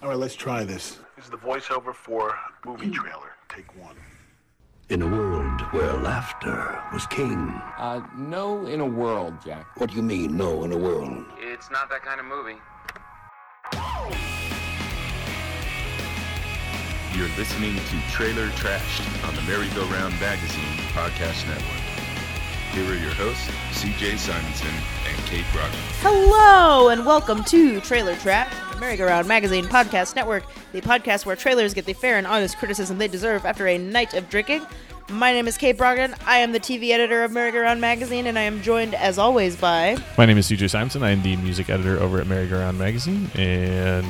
All right, let's try this. This is the voiceover for movie trailer. Take one. In a world where laughter was king. Uh, no, in a world, Jack. What do you mean, no, in a world? It's not that kind of movie. You're listening to Trailer Trashed on the Merry-Go-Round Magazine Podcast Network. Here are your hosts, CJ Simonson and Kate Brock. Hello and welcome to Trailer Trap, the merry-go-round magazine podcast network, the podcast where trailers get the fair and honest criticism they deserve after a night of drinking. My name is Kate Brogdon. I am the TV editor of Merry-Go-Round Magazine, and I am joined, as always, by My name is CJ Simonson. I am the music editor over at Merry-Go-Round Magazine, and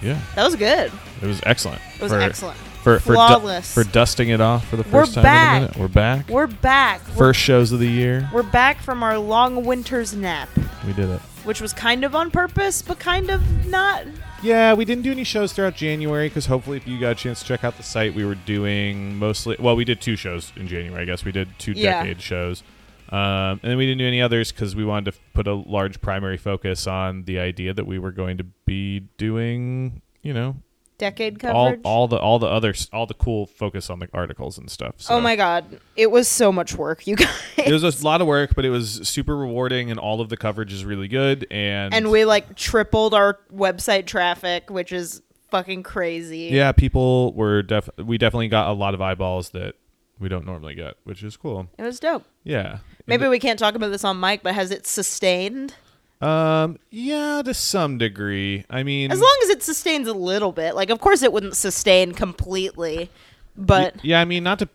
yeah, that was good. it was excellent. It was excellent. For, for, du- Flawless. for dusting it off for the 1st We're time in back. a minute. We're back. We're back. We're, 1st shows of the year. we're back from our long winter's nap, We did it. which was kind of on purpose, but kind of not. Yeah, we didn't do any shows throughout January because hopefully, if you got a chance to check out the site, we were doing mostly. Well, we did two shows in January. I guess we did two Yeah. decade shows, um, and then we didn't do any others because we wanted to f- put a large primary focus on the idea that we were going to be doing, you know, Decade all, coverage. all the all the other s- all the cool focus on the articles and stuff. So. oh my god, it was so much work, you guys. It was a lot of work, but it was super rewarding, and all of the coverage is really good. And, and we like tripled our website traffic, which is fucking crazy. yeah, people were def we definitely got a lot of eyeballs that we don't normally get, which is cool. It was dope. Yeah, Maybe we can't talk about this on mic, but has it sustained? um, yeah, to some degree. I mean, As long as it sustains a little bit. Like of course it wouldn't sustain completely, but yeah, I mean, not to.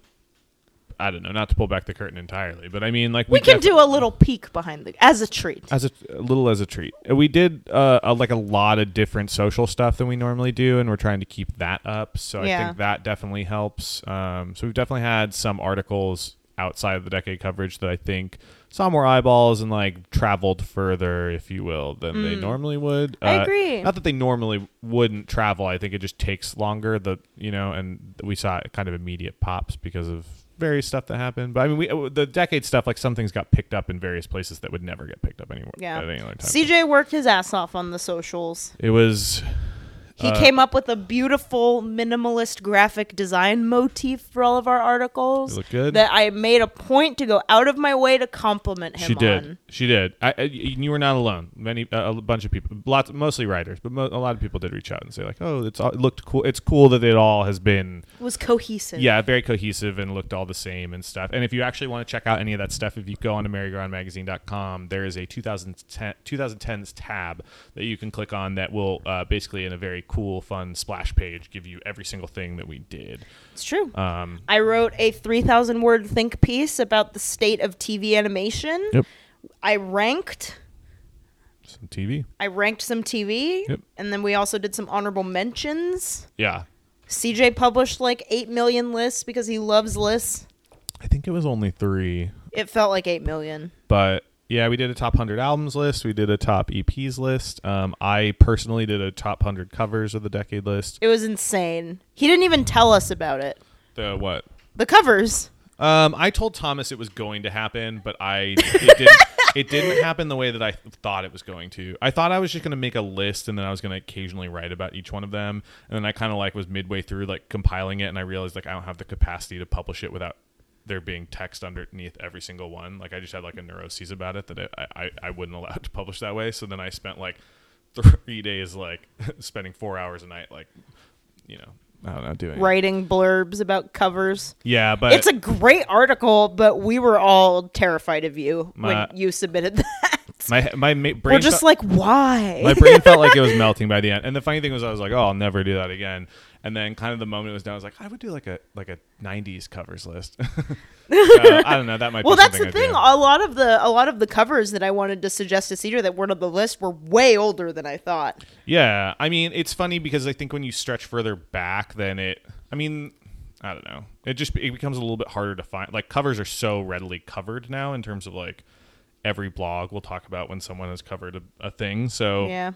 I don't know, not to pull back the curtain entirely, but I mean, like we can def- do a little peek behind the as a treat. as a, a little as a treat. Uh, We did uh, a, like a lot of different social stuff than we normally do, and we're trying to keep that up. So I Yeah. think that definitely helps. Um, so we've definitely had some articles outside of the decade coverage that I think saw more eyeballs and like traveled further, if you will, than they Mm. normally would. I agree. Uh, Not that they normally wouldn't travel. I think it just takes longer. The you know, and we saw kind of immediate pops because of. Various stuff that happened, but I mean, we uh, the decade stuff like some things got picked up in various places that would never get picked up anywhere yeah. at any other time. CJ worked his ass off on the socials. it was He Uh, came up with a beautiful minimalist graphic design motif for all of our articles. It looked good. That I made a point to go out of my way to compliment him she did on. she did. I, I- you were not alone. Many a bunch of people, lots mostly writers, but mo- a lot of people did reach out and say like, oh, it's all, it looked cool. It's cool that it all has been It was cohesive. yeah very cohesive and looked all the same and stuff. And if you actually want to check out any of that stuff, if you go on to merrygoundmagazine.com, there is a 2010 2010s tab that you can click on that will uh, basically in a very cool, fun splash page give you every single thing that we did. It's true. Um, I wrote a 3,000 word think piece about the state of TV animation. Yep. I ranked. some TV. I ranked some TV. Yep. And then we also did some honorable mentions. Yeah, CJ published like 8 million lists because he loves lists. I think it was only three. It felt like 8 million. but yeah, we did a top 100 albums list. We did a top EPs list. Um, I personally did a top 100 covers of the decade list. It was insane. He didn't even tell us about it. The what? The covers. Um, I told Thomas it was going to happen, but I it didn't, it didn't happen the way that I th- thought it was going to. I thought I was just going to make a list and then I was going to occasionally write about each one of them. And then I kind of like was midway through like compiling it and I realized like I don't have the capacity to publish it without there being text underneath every single one. Like I just had like a neuroses about it that it, I, I I wouldn't allow it to publish that way. So then I spent like three days like spending four hours a night like you know I don't know doing it. Writing blurbs about covers. Yeah, but It's a great article, but we were all terrified of you My- when you submitted that. my my ma- brain We're just felt- like, why? my brain felt like it was melting by the end. And the funny thing was, I was like, "Oh, I'll never do that again." And then, kind of the moment it was done, I was like, "I would do like a like a '90s covers list." Uh, I don't know. That might. Well, be that's something the I do. thing. A lot of the a lot of the covers that I wanted to suggest to Cedar that weren't on the list were way older than I thought. Yeah, I mean, it's funny because I think when you stretch further back, then it. I mean, I don't know. It just it becomes a little bit harder to find. Like covers are so readily covered now in terms of like every blog will talk about when someone has covered a, a thing. So Yeah.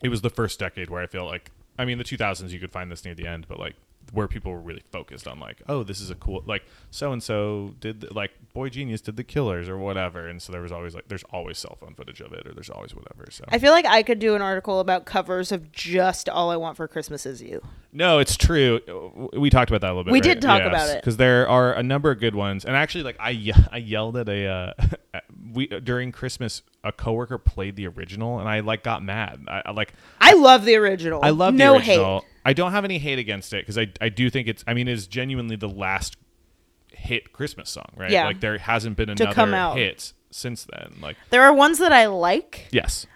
it was the first decade where I feel like I mean the 2000s you could find this near the end, but like where people were really focused on like, oh, this is a cool like so and so did the, like Boy Genius did the Killers or whatever, and so there was always like there's always cell phone footage of it or there's always whatever. So I feel like I could do an article about covers of just "All I Want for Christmas Is You." No, it's true. W- We talked about that a little bit. We did talk about it. because there are a number of good ones. And actually, like I, ye- I yelled at a uh, at- we during Christmas, a coworker played the original, and I like got mad. I, I like I love the original. I love Oh, no the original. hate. I don't have any hate against it because I I do think it's. I mean, it's genuinely the last hit Christmas song, right? Yeah. Like there hasn't been To another come out. hit since then. Like There are ones that I like. yes,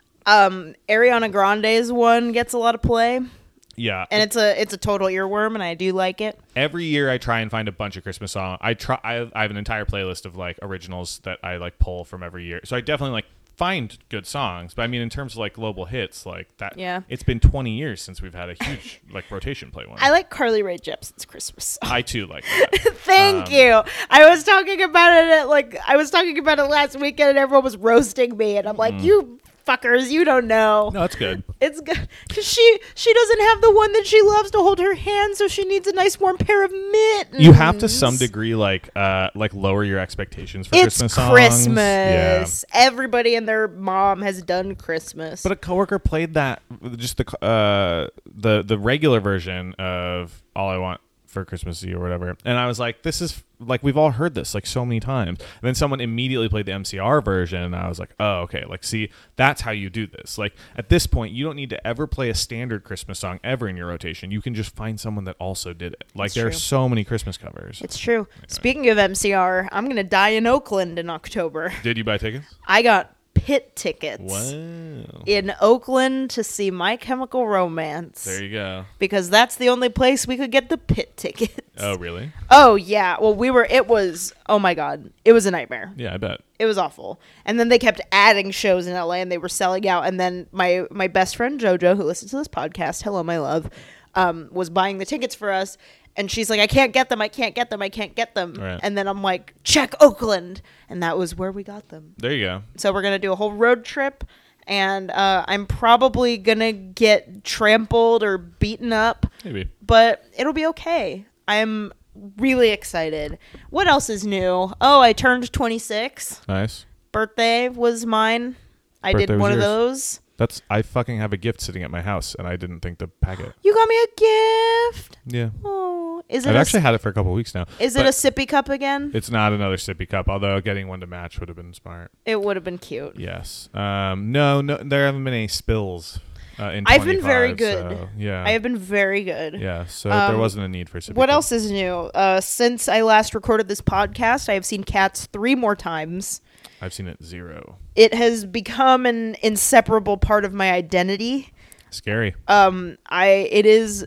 Ariana Grande's one gets a lot of play, and yeah. it's a it's a total earworm, and I do like it. every year I try and find a bunch of Christmas songs. I try I, I have an entire playlist of like originals that I like pull from every year. So I definitely like find good songs. But I mean in terms of like global hits, like that Yeah. it's been 20 years since we've had a huge like rotation play one. I I, like Carly Rae Jepsen's Christmas song. too like that. Thank Um, you. I was talking about it at, like I was talking about it last weekend, and everyone was roasting me, and I'm like, you fuckers, you don't know. Mm. No, it's good. It's good because she she doesn't have the one that she loves to hold her hand, so she needs a nice warm pair of mittens. You have to some degree like uh like lower your expectations for Mm-hmm. It's Christmas Christmas. songs. Yeah. Everybody and their mom has done Christmas. But a coworker played that just the uh, the the regular version of "All I Want for Christmas Is You" or whatever, and I was like, "This is like we've all heard this like so many times." And then someone immediately played the MCR version, and I was like, "Oh, okay. Like, see, that's how you do this. Like, at this point, you don't need to ever play a standard Christmas song ever in your rotation. You can just find someone that also did it. Like, there are true. so many Christmas covers. it's true. Speaking of MCR, I'm gonna die in Oakland in October. did you buy tickets? I got pit tickets Wow. in Oakland to see My Chemical Romance There you go. because that's the only place we could get the pit tickets. Oh, really? Oh yeah. Well, we were. It was. Oh my god. It was a nightmare. Yeah, I bet. It was awful. And then they kept adding shows in LA, and they were selling out. And then my my best friend JoJo, who listens to this podcast, hello my love, um, was buying the tickets for us. And she's like, I can't get them. I can't get them. I can't get them. Right. And then I'm like, check Oakland, and that was where we got them. There you go. So we're gonna do a whole road trip, and uh, I'm probably gonna get trampled or beaten up Maybe. but it'll be okay. I'm really excited. What else is new? Oh, I turned 26. Nice. Birthday was mine. I Birthday did was one of yours. those. That's I fucking have a gift sitting at my house, and I didn't think to pack it. You got me a gift. Yeah, Oh, is it I've a, actually had it for a couple weeks now. is it but a sippy cup again? It, It's not another sippy cup, although getting one to match would have been smart. would have been cute. Yes. Um. No. No. There haven't been any spills. Uh, in I've been very 25, good. so, yeah. I have been very good. yeah. So there wasn't a need for a sippy What cup. else is new? Uh, since I last recorded this podcast, I have seen cats three more times. I've seen it zero. It has become an inseparable part of my identity. Scary. Uh, I it is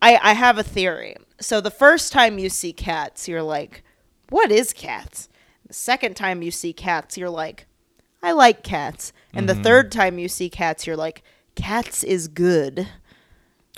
I I have a theory. So the first time you see cats, you're like, "What is cats?" The second time you see cats, you're like, "I like cats." And Mm-hmm. the third time you see cats, you're like, "Cats is good."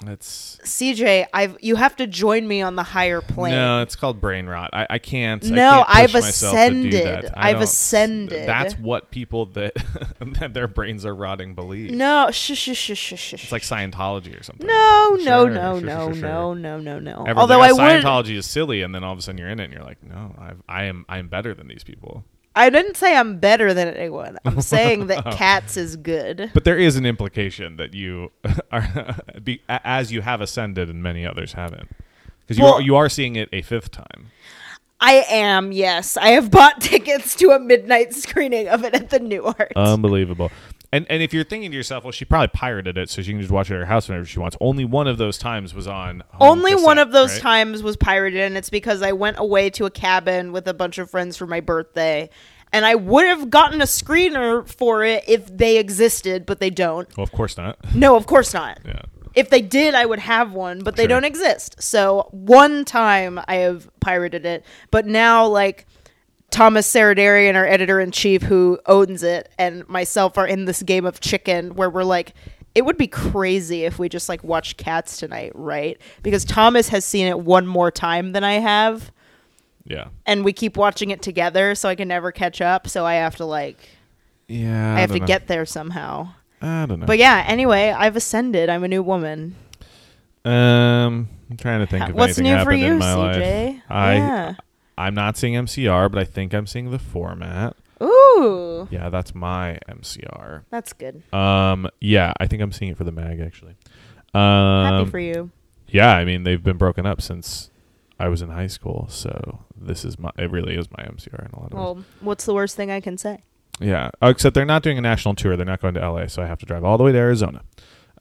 That's CJ, I've you have to join me on the higher plane. no. It's called brain rot. I, I can't. I No, can't push I've myself to do that. ascended. I I've don't- ascended. That's what people that that their brains are rotting believe. No, shh, shh, shh, shh, shh. It's like Scientology or something. no, no, Sure, sure, no, sure, no, sure. no, no, no, no. Everyone's Although like, "Oh, I would Scientology is silly, and then all of a sudden you're in it, and you're like, no, I've, I am I am better than these people. I didn't say I'm better than anyone. I'm saying Oh. that cats is good. But there is an implication that you are, be, a- as you have ascended, and many others haven't, because you Well- are, you are seeing it a fifth time. I am, yes. I have bought tickets to a midnight screening of it at the New Art. Um, Unbelievable. And and if you're thinking to yourself, well, she probably pirated it, so she can just watch it at her house whenever she wants. Only one of those times was on. home Only one cassette, of those right? times was pirated, and it's because I went away to a cabin with a bunch of friends for my birthday. And I would have gotten a screener for it if they existed, but they don't. Well, of course not. No, of course not. Yeah. If they did, I would have one, but they Sure. don't exist. So one time I have pirated it, but now like Thomas Saradarian, our editor in chief, who owns it, and myself are in this game of chicken where we're like, it would be crazy if we just like watched Cats tonight, right? Because Thomas has seen it one more time than I have, Yeah. and we keep watching it together, so I can never catch up. So I have to like, Yeah. I, have to get there somehow. I don't know. But yeah, anyway, I've ascended. I'm a new woman. Um, I'm trying to think of Uh, What's anything new for happened you, in my CJ? life. I Yeah. I'm not seeing MCR, but I think I'm seeing the format. Ooh, Yeah, that's my MCR. that's good. Um, yeah, I think I'm seeing it for the mag actually. Um, Happy for you. yeah, I mean they've been broken up since I was in high school, so this is my it really is my MCR in a lot of ways. Well, what's the worst thing I can say? Yeah, Oh, except they're not doing a national tour; they're not going to LA, so I have to drive all the way to Arizona.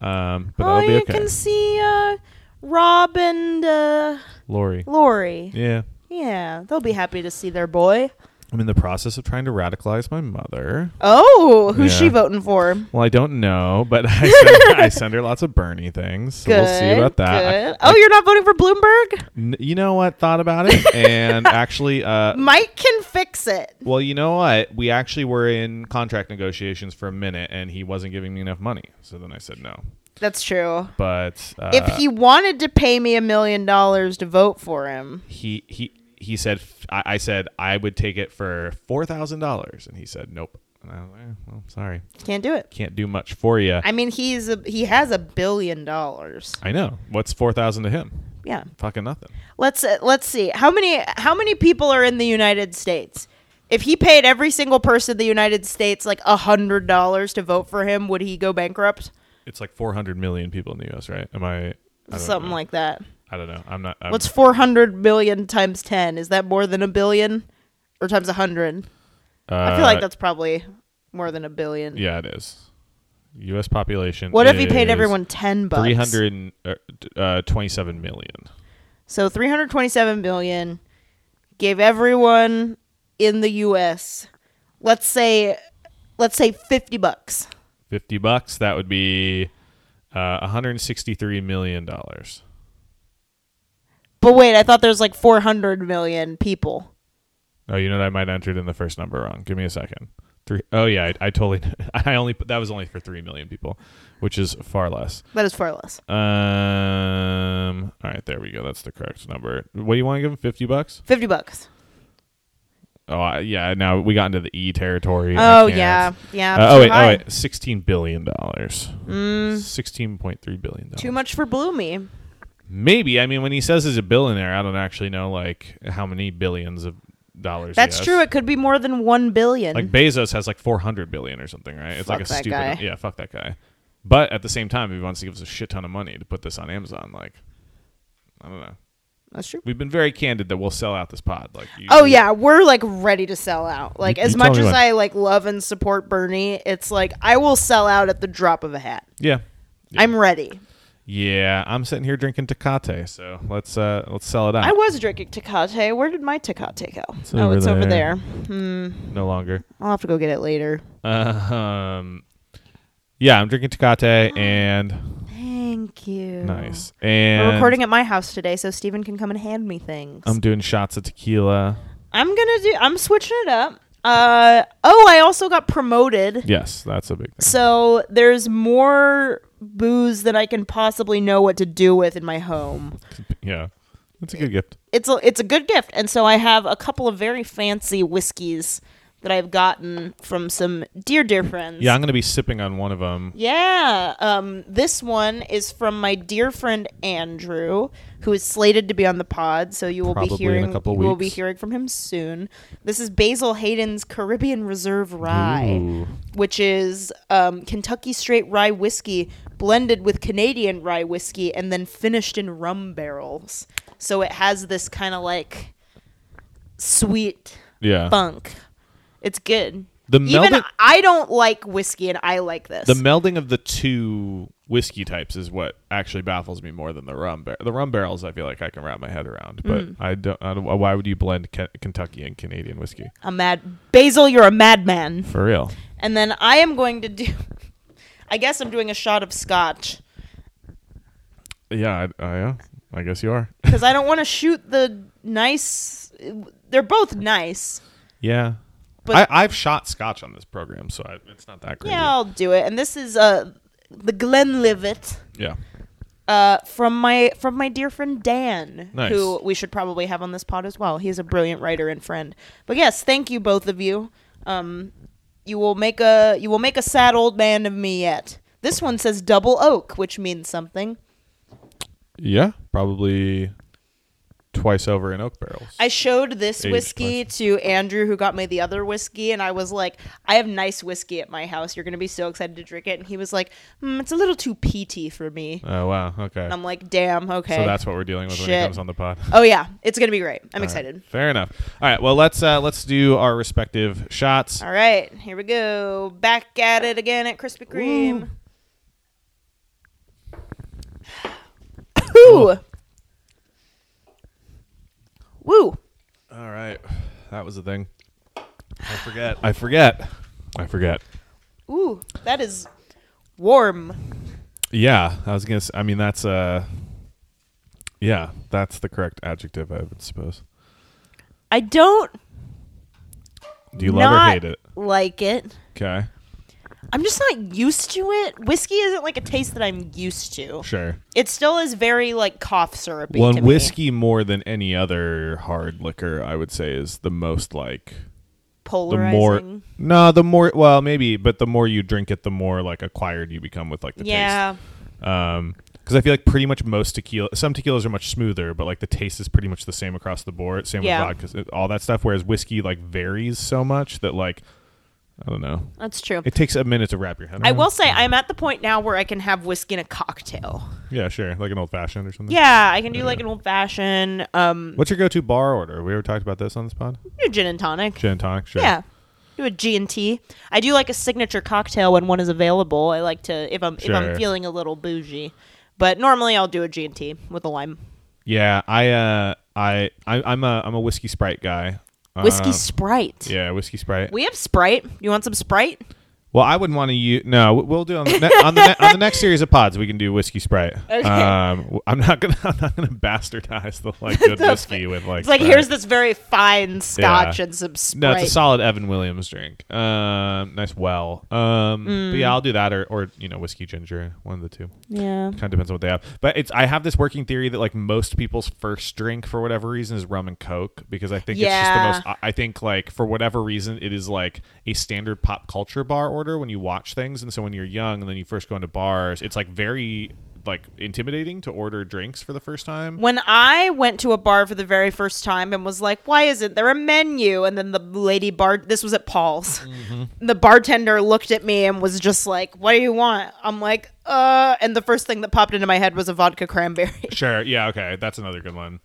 Um, but oh, that'll be you okay. can see uh, Rob and uh, Lori, Lori. yeah, Yeah, they'll be happy to see their boy. I'm in the process of trying to radicalize my mother. Oh, who's she Yeah. voting for? Well, I don't know, but I send, I send her lots of Bernie things. So Good. we'll see about that. good. oh, you're not voting for Bloomberg? N- you know what? Thought about it, and actually, uh, Mike can fix it. well, you know what? We actually were in contract negotiations for a minute, and he wasn't giving me enough money. So then I said no. That's true. But uh, if he wanted to pay me a million dollars to vote for him, he he he said f- I, I said I would take it for four thousand dollars, and he said nope. And I was like, "Eh, well, sorry, can't do it. can't do much for you. I mean, he's a, he has a billion dollars. I know. What's four thousand to him? Yeah. Fucking nothing. Let's uh, let's see how many how many people are in the United States. If he paid every single person in the United States like a hundred dollars to vote for him, would he go bankrupt? It's like four hundred million people in the U.S. Right? Am I? I don't Something know. like that. I don't know. I'm not. I'm, What's four hundred million times ten? Is that more than a billion, or times a hundred? I feel like uh, that's probably more than a billion. Yeah, it is. U.S. population. What if he paid is everyone ten bucks? uh, 327 million. So 327 billion gave everyone in the US let's say let's say 50 bucks. 50 bucks. That would be uh, 163 million dollars. But wait, I thought there's like 400 million people. Oh, you know what? I might have entered in the first number wrong. Give me a second. Three oh yeah, I, I totally. I only put- that was only for three million people, which is far less. That is far less. Um. All right, there we go. That's the correct number. What do you want to give him? Fifty bucks? 50 bucks. Oh I, yeah. Now we got into the E territory. I Oh can't. yeah. Yeah. Uh, oh too wait, high. oh wait, sixteen billion dollars. Sixteen point three billion dollars. Mm. Too much for Bloomy. Maybe. I mean, when he says he's a billionaire, I don't actually know like how many billions of dollars. he That's has. true. It could be more than 1 billion. Like Bezos has like four hundred billion or something, right? It's like a Fuck that stupid. guy. Yeah, fuck that guy. But at the same time, if he wants to give us a shit ton of money to put this on Amazon, like, I don't know. That's true. We've been very candid that we'll sell out this pod. Like, you, Oh yeah, we're like ready to sell out. Like You- as you tell much me as when. I like love and support Bernie, it's like I will sell out at the drop of a hat. yeah, I'm ready. yeah. I'm sitting here drinking Tecate, so let's uh let's sell it out. I was drinking Tecate. Where did my Tecate go? It's oh, over it's over there. there. Hmm. no longer. I'll have to go get it later. Um, yeah, I'm drinking Tecate and Thank you. nice. We're And recording at my house today, so Steven can come and hand me things. I'm doing shots of tequila. I'm gonna do. I'm switching it up. Uh oh! I also got promoted, Yes, that's a big thing. so there's more booze than I can possibly know what to do with in my home. Yeah, that's a good gift. it's a it's a good gift, and so I have a couple of very fancy whiskeys that I've gotten from some dear dear friends. Yeah, I'm gonna be sipping on one of them. Yeah. Um, this one is from my dear friend Andrew, who is slated to be on the pod, so you will Probably be in hearing a couple you will be weeks. hearing from him soon. This is Basil Hayden's Caribbean Reserve Rye, which is um, Kentucky straight rye whiskey blended with Canadian rye whiskey and then finished in rum barrels. So it has this kind of like sweet Yeah, funk. It's good. Uh. The Even melded- I don't like whiskey, and I like this. the melding of the two whiskey types is what actually baffles me more than the rum. Bar- the rum barrels, I feel like I can wrap my head around, but I, don't, I don't. Why would you blend Ke- Kentucky and Canadian whiskey a mad basil you're a madman for real? and then i am going to do i guess i'm doing a shot of scotch Yeah, I, I, yeah, I guess you are. because i don't want to shoot the nice they're both nice Yeah. But- I, I've shot scotch on this program, so I, it's not that crazy. yeah i'll do it and this is uh the glenlivet Yeah. uh from my from my dear friend dan Nice. who we should probably have on this pod as well he's a brilliant writer and friend but yes thank you both of you um you will make a you will make a sad old man of me yet this one says double oak which means something Yeah, probably twice over in oak barrels. I showed this Aged whiskey to Andrew, who got me the other whiskey, and I was like, "I have nice whiskey at my house. You're gonna be so excited to drink it." And he was like, mm, "It's a little too peaty for me." oh wow, okay. And I'm like, "Damn, okay." So that's what we're dealing with when Shit. it comes on the pod. oh yeah, it's gonna be great. I'm excited. Fair enough. All right, well let's uh let's do our respective shots. All right, here we go. Back at it again at Krispy Kreme. Ooh. Woo. All right. That was the thing. I forget. I forget. I forget. Ooh, that is warm. Yeah, I was going to I mean that's uh Yeah, that's the correct adjective I would suppose. I don't Do you love or not hate it? like it. Okay. I'm just not used to it. Whiskey isn't like a taste that I'm used to. Sure. It still is very like cough syrupy. Well, to and me. whiskey more than any other hard liquor, I would say, is the most like the polarizing. more no, the more well maybe, but the more you drink it, the more like acquired you become with like the yeah. taste. Um, because I feel like pretty much most tequila, some tequilas are much smoother, but like the taste is pretty much the same across the board. Same Yeah. with vodka, all that stuff. Whereas whiskey like varies so much that like I don't know, That's true. it takes a minute to wrap your head. I around. will say I'm at the point now where I can have whiskey in a cocktail. Yeah, sure, like an old fashioned or something. Yeah, I can do like an old fashioned um What's your go to bar order? We ever talked about this on this pod? do gin and tonic. Gin and tonic. Sure. Yeah. Do a G and T. I do like a signature cocktail when one is available. I like to if I'm if I'm Sure. feeling a little bougie. But normally I'll do a G and T with a lime. Yeah, I uh I, I I'm a I'm a whiskey sprite guy. Whiskey Uh, Sprite. yeah, whiskey sprite. We have Sprite. You want some Sprite? well, I wouldn't want to use. No, we- we'll do on the ne- on the ne- on the next series of pods. We can do whiskey sprite. Okay. Um, w- I'm not gonna I'm not gonna bastardize the like good That's whiskey with like. It's like Sprite. here's this very fine Scotch and some Sprite. No, it's a solid Evan Williams drink. Um, nice well. Um, but Mm. yeah, I'll do that or or you know whiskey ginger, one of the two. yeah. Kind of depends on what they have. But it's I have this working theory that like most people's first drink for whatever reason is rum and coke because I think Yeah. it's just the most I- I think like for whatever reason it is like a standard pop culture bar order when you watch things and so when you're young and then you first go into bars it's like very like intimidating to order drinks for the first time. When I went to a bar for the very first time and was like, why isn't there a menu? And then the lady bar, this was at Paul's. Mm-hmm. The bartender looked at me and was just like, what do you want? I'm like, uh, and the first thing that popped into my head was a vodka cranberry. Sure. Yeah, okay. That's another good one.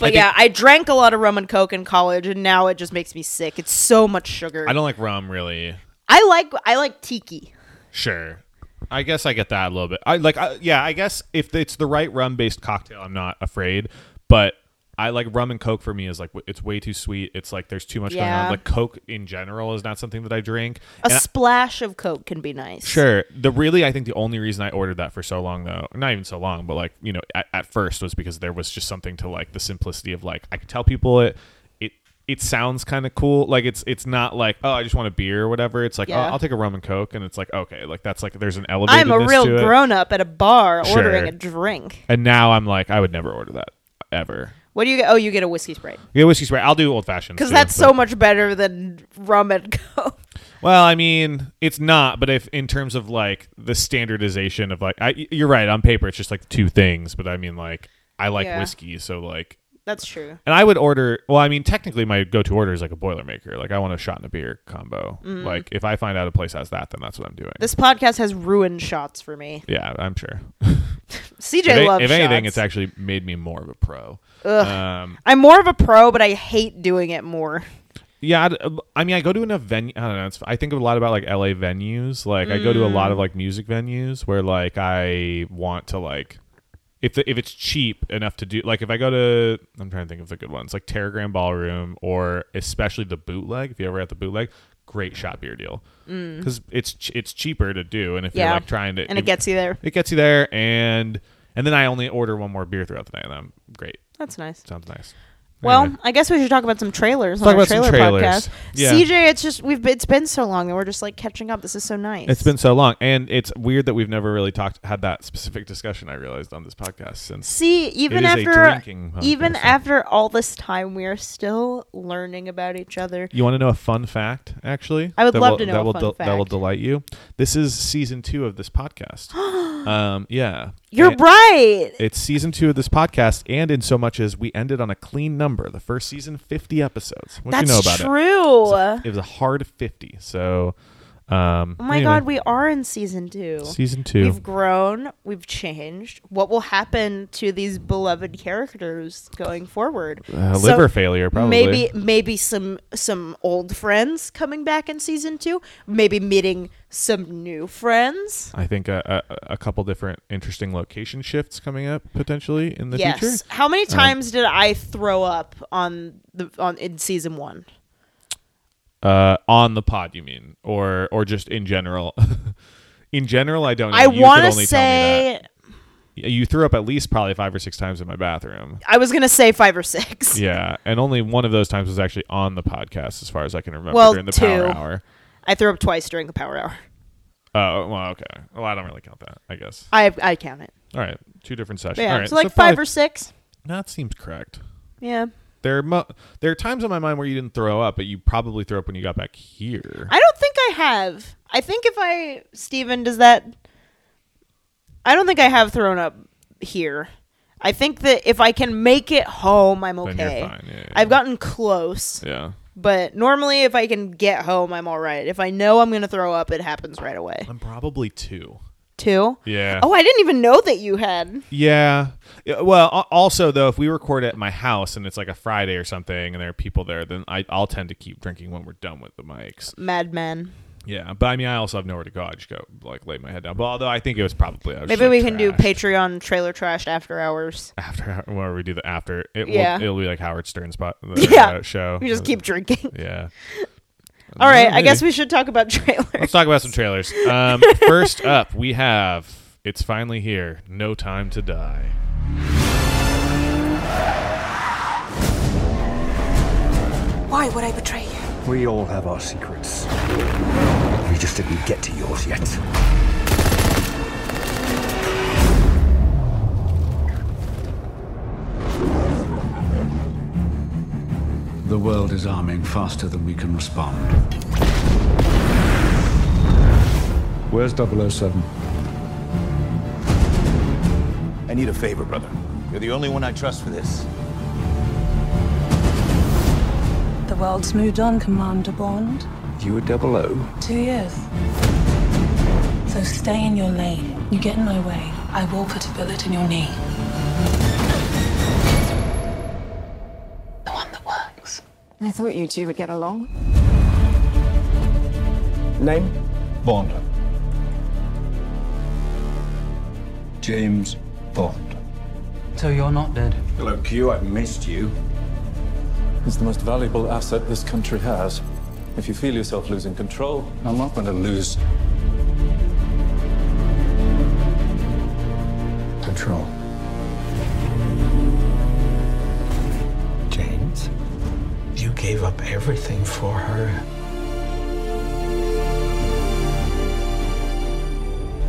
But yeah, I drank a lot of rum and coke in college and now it just makes me sick. It's so much sugar. I don't like rum really. I like, I like tiki. Sure. I guess I get that a little bit. I like I, yeah, I guess if it's the right rum-based cocktail, I'm not afraid, but I like rum and coke for me is like w- it's way too sweet. It's like there's too much going Yeah. on. Like coke in general is not something that I drink. A And I- splash of coke can be nice. Sure. The really, I think the only reason I ordered that for so long, though, not even so long, but like you know, at, at first was because there was just something to like the simplicity of like I could tell people it. It it sounds kind of cool. Like it's it's not like oh I just want a beer or whatever. It's like Yeah. oh, I'll take a rum and coke, and it's like okay, like that's like there's an elevated. I'm a real to it. grown up at a bar Sure. ordering a drink. And now I'm like I would never order that ever. What do you get? Oh, you get a whiskey sprite. Yeah, whiskey spray. I'll do old fashioned Because that's so much better than rum and coke. Well, I mean, it's not, but if in terms of like the standardization of like, I, you're right. On paper, it's just like two things, but I mean, like, I like Yeah. whiskey, so like, That's true. and I would order. Well, I mean, technically, my go-to order is like a Boilermaker. Like, I want a shot and a beer combo. Like, if I find out a place has that, then that's what I'm doing. Mm-hmm. This podcast has ruined shots for me. yeah, I'm sure. If, CJ a- loves if anything, shots. it's actually made me more of a pro. Um, I'm more of a pro, but I hate doing it more. Yeah, I'd- uh, I mean, I go to enough venue. I don't know. It's, I think a lot about like LA venues. Like, I go to a lot Mm. of like music venues where like I want to like if the, if it's cheap enough to do. Like, if I go to, I'm trying to think of the good ones, like Terragram Ballroom or especially the bootleg. If you ever at the bootleg, great shot beer deal because it's ch- it's cheaper to do, and if Mm. Yeah. you're like trying to, And it gets you there. it gets you there, and and then I only order one more beer throughout the night, and I'm great. That's nice. Sounds nice. Well, Anyway. I guess we should talk about some trailers Talk on our about some trailer trailers. podcast. Yeah. CJ, it's just we've been- it's been so long that we're just like catching up. This is so nice. It's been so long, and it's weird that we've never really talked had that specific discussion. I realized on this podcast since See, is even a after drinking podcast, even so- after all this time, we are still learning about each other. you want to know a fun fact. Actually, I would that love will- to know that a will fun del- that will fact. delight you. This is season two of this podcast. Um, yeah. You're And right. It's season two of this podcast, and in so much as we ended on a clean number, the first season, 50 episodes. What do you That's know about it? It true. was a hard 50. So, um, oh my anyway, god, we are in season two. season 2 We've grown. We've changed. What will happen to these beloved characters going forward? uh, So liver failure, probably. Maybe maybe some some old friends coming back in season two. Maybe meeting some new friends. I think a, a, a couple different interesting location shifts coming up potentially in the yes. future. Uh-huh. How many times did I throw up on the on in season one? Uh, on the pod, you mean, or or just in general? in general, I don't. Know. I You could want only to tell me that. say Y- You threw up at least probably five or six times in my bathroom. I was gonna say five or six. Yeah, and only one of those times was actually on the podcast, as far as I can remember, Well, during the two. power hour. I threw up twice during the power hour. Oh, well, okay. Well, I don't really count that, I guess. I I count it. All right, two different sessions. Yeah, All right, so like five probably- or six. That seems correct. Yeah. There, are mo- there are times on my mind where you didn't throw up, but you probably threw up when you got back here. I don't think I have. I think if I Steven, does that I don't think I have thrown up here. I think that if I can make it home, I'm okay. Then you're fine, yeah, yeah, I've gotten close, yeah. but normally if I can get home, I'm all right. If I know I'm going to throw up, it happens right away. I'm probably two. Two? Yeah. Oh, I didn't even know that you had. Yeah. Yeah, Well, al- also though, if we record at my house and it's like a Friday or something, and there are people there, then I, I'll tend to keep drinking when we're done with the mics. Madman. Yeah, but I mean, I also have nowhere to go. I just go like lay my head down. But although I think it was probably I was Maybe just, we like, can do trashed. Patreon trailer trashed after hours. after where we do the after. It Yeah. will, it'll be like Howard Stern's spot the, Yeah. uh, show. We just keep drinking. yeah. All right, I maybe. guess we should talk about trailers. Let's talk about some trailers. Um, first up, we have it's finally here. No time to die. Why would I betray you? We all have our secrets. We just didn't get to yours yet. The world is arming faster than we can respond. Where's 007? I need a favor, brother. You're the only one I trust for this. The world's moved on, Commander Bond. You were double O. Two years. So stay in your lane. You get in my way, I will put a bullet in your knee. The one that works. I thought you two would get along. Name? Bond. James Bond. So you're not dead. Hello, Q. I've missed you. It's the most valuable asset this country has. If you feel yourself losing control, I'm not going to lose control. James, you gave up everything for her.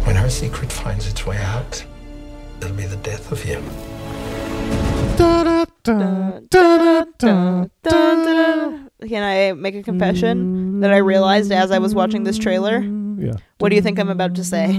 When her secret finds its way out, it'll be the death of you. Can I make a confession that I realized as I was watching this trailer? Yeah. What do you think I'm about to say?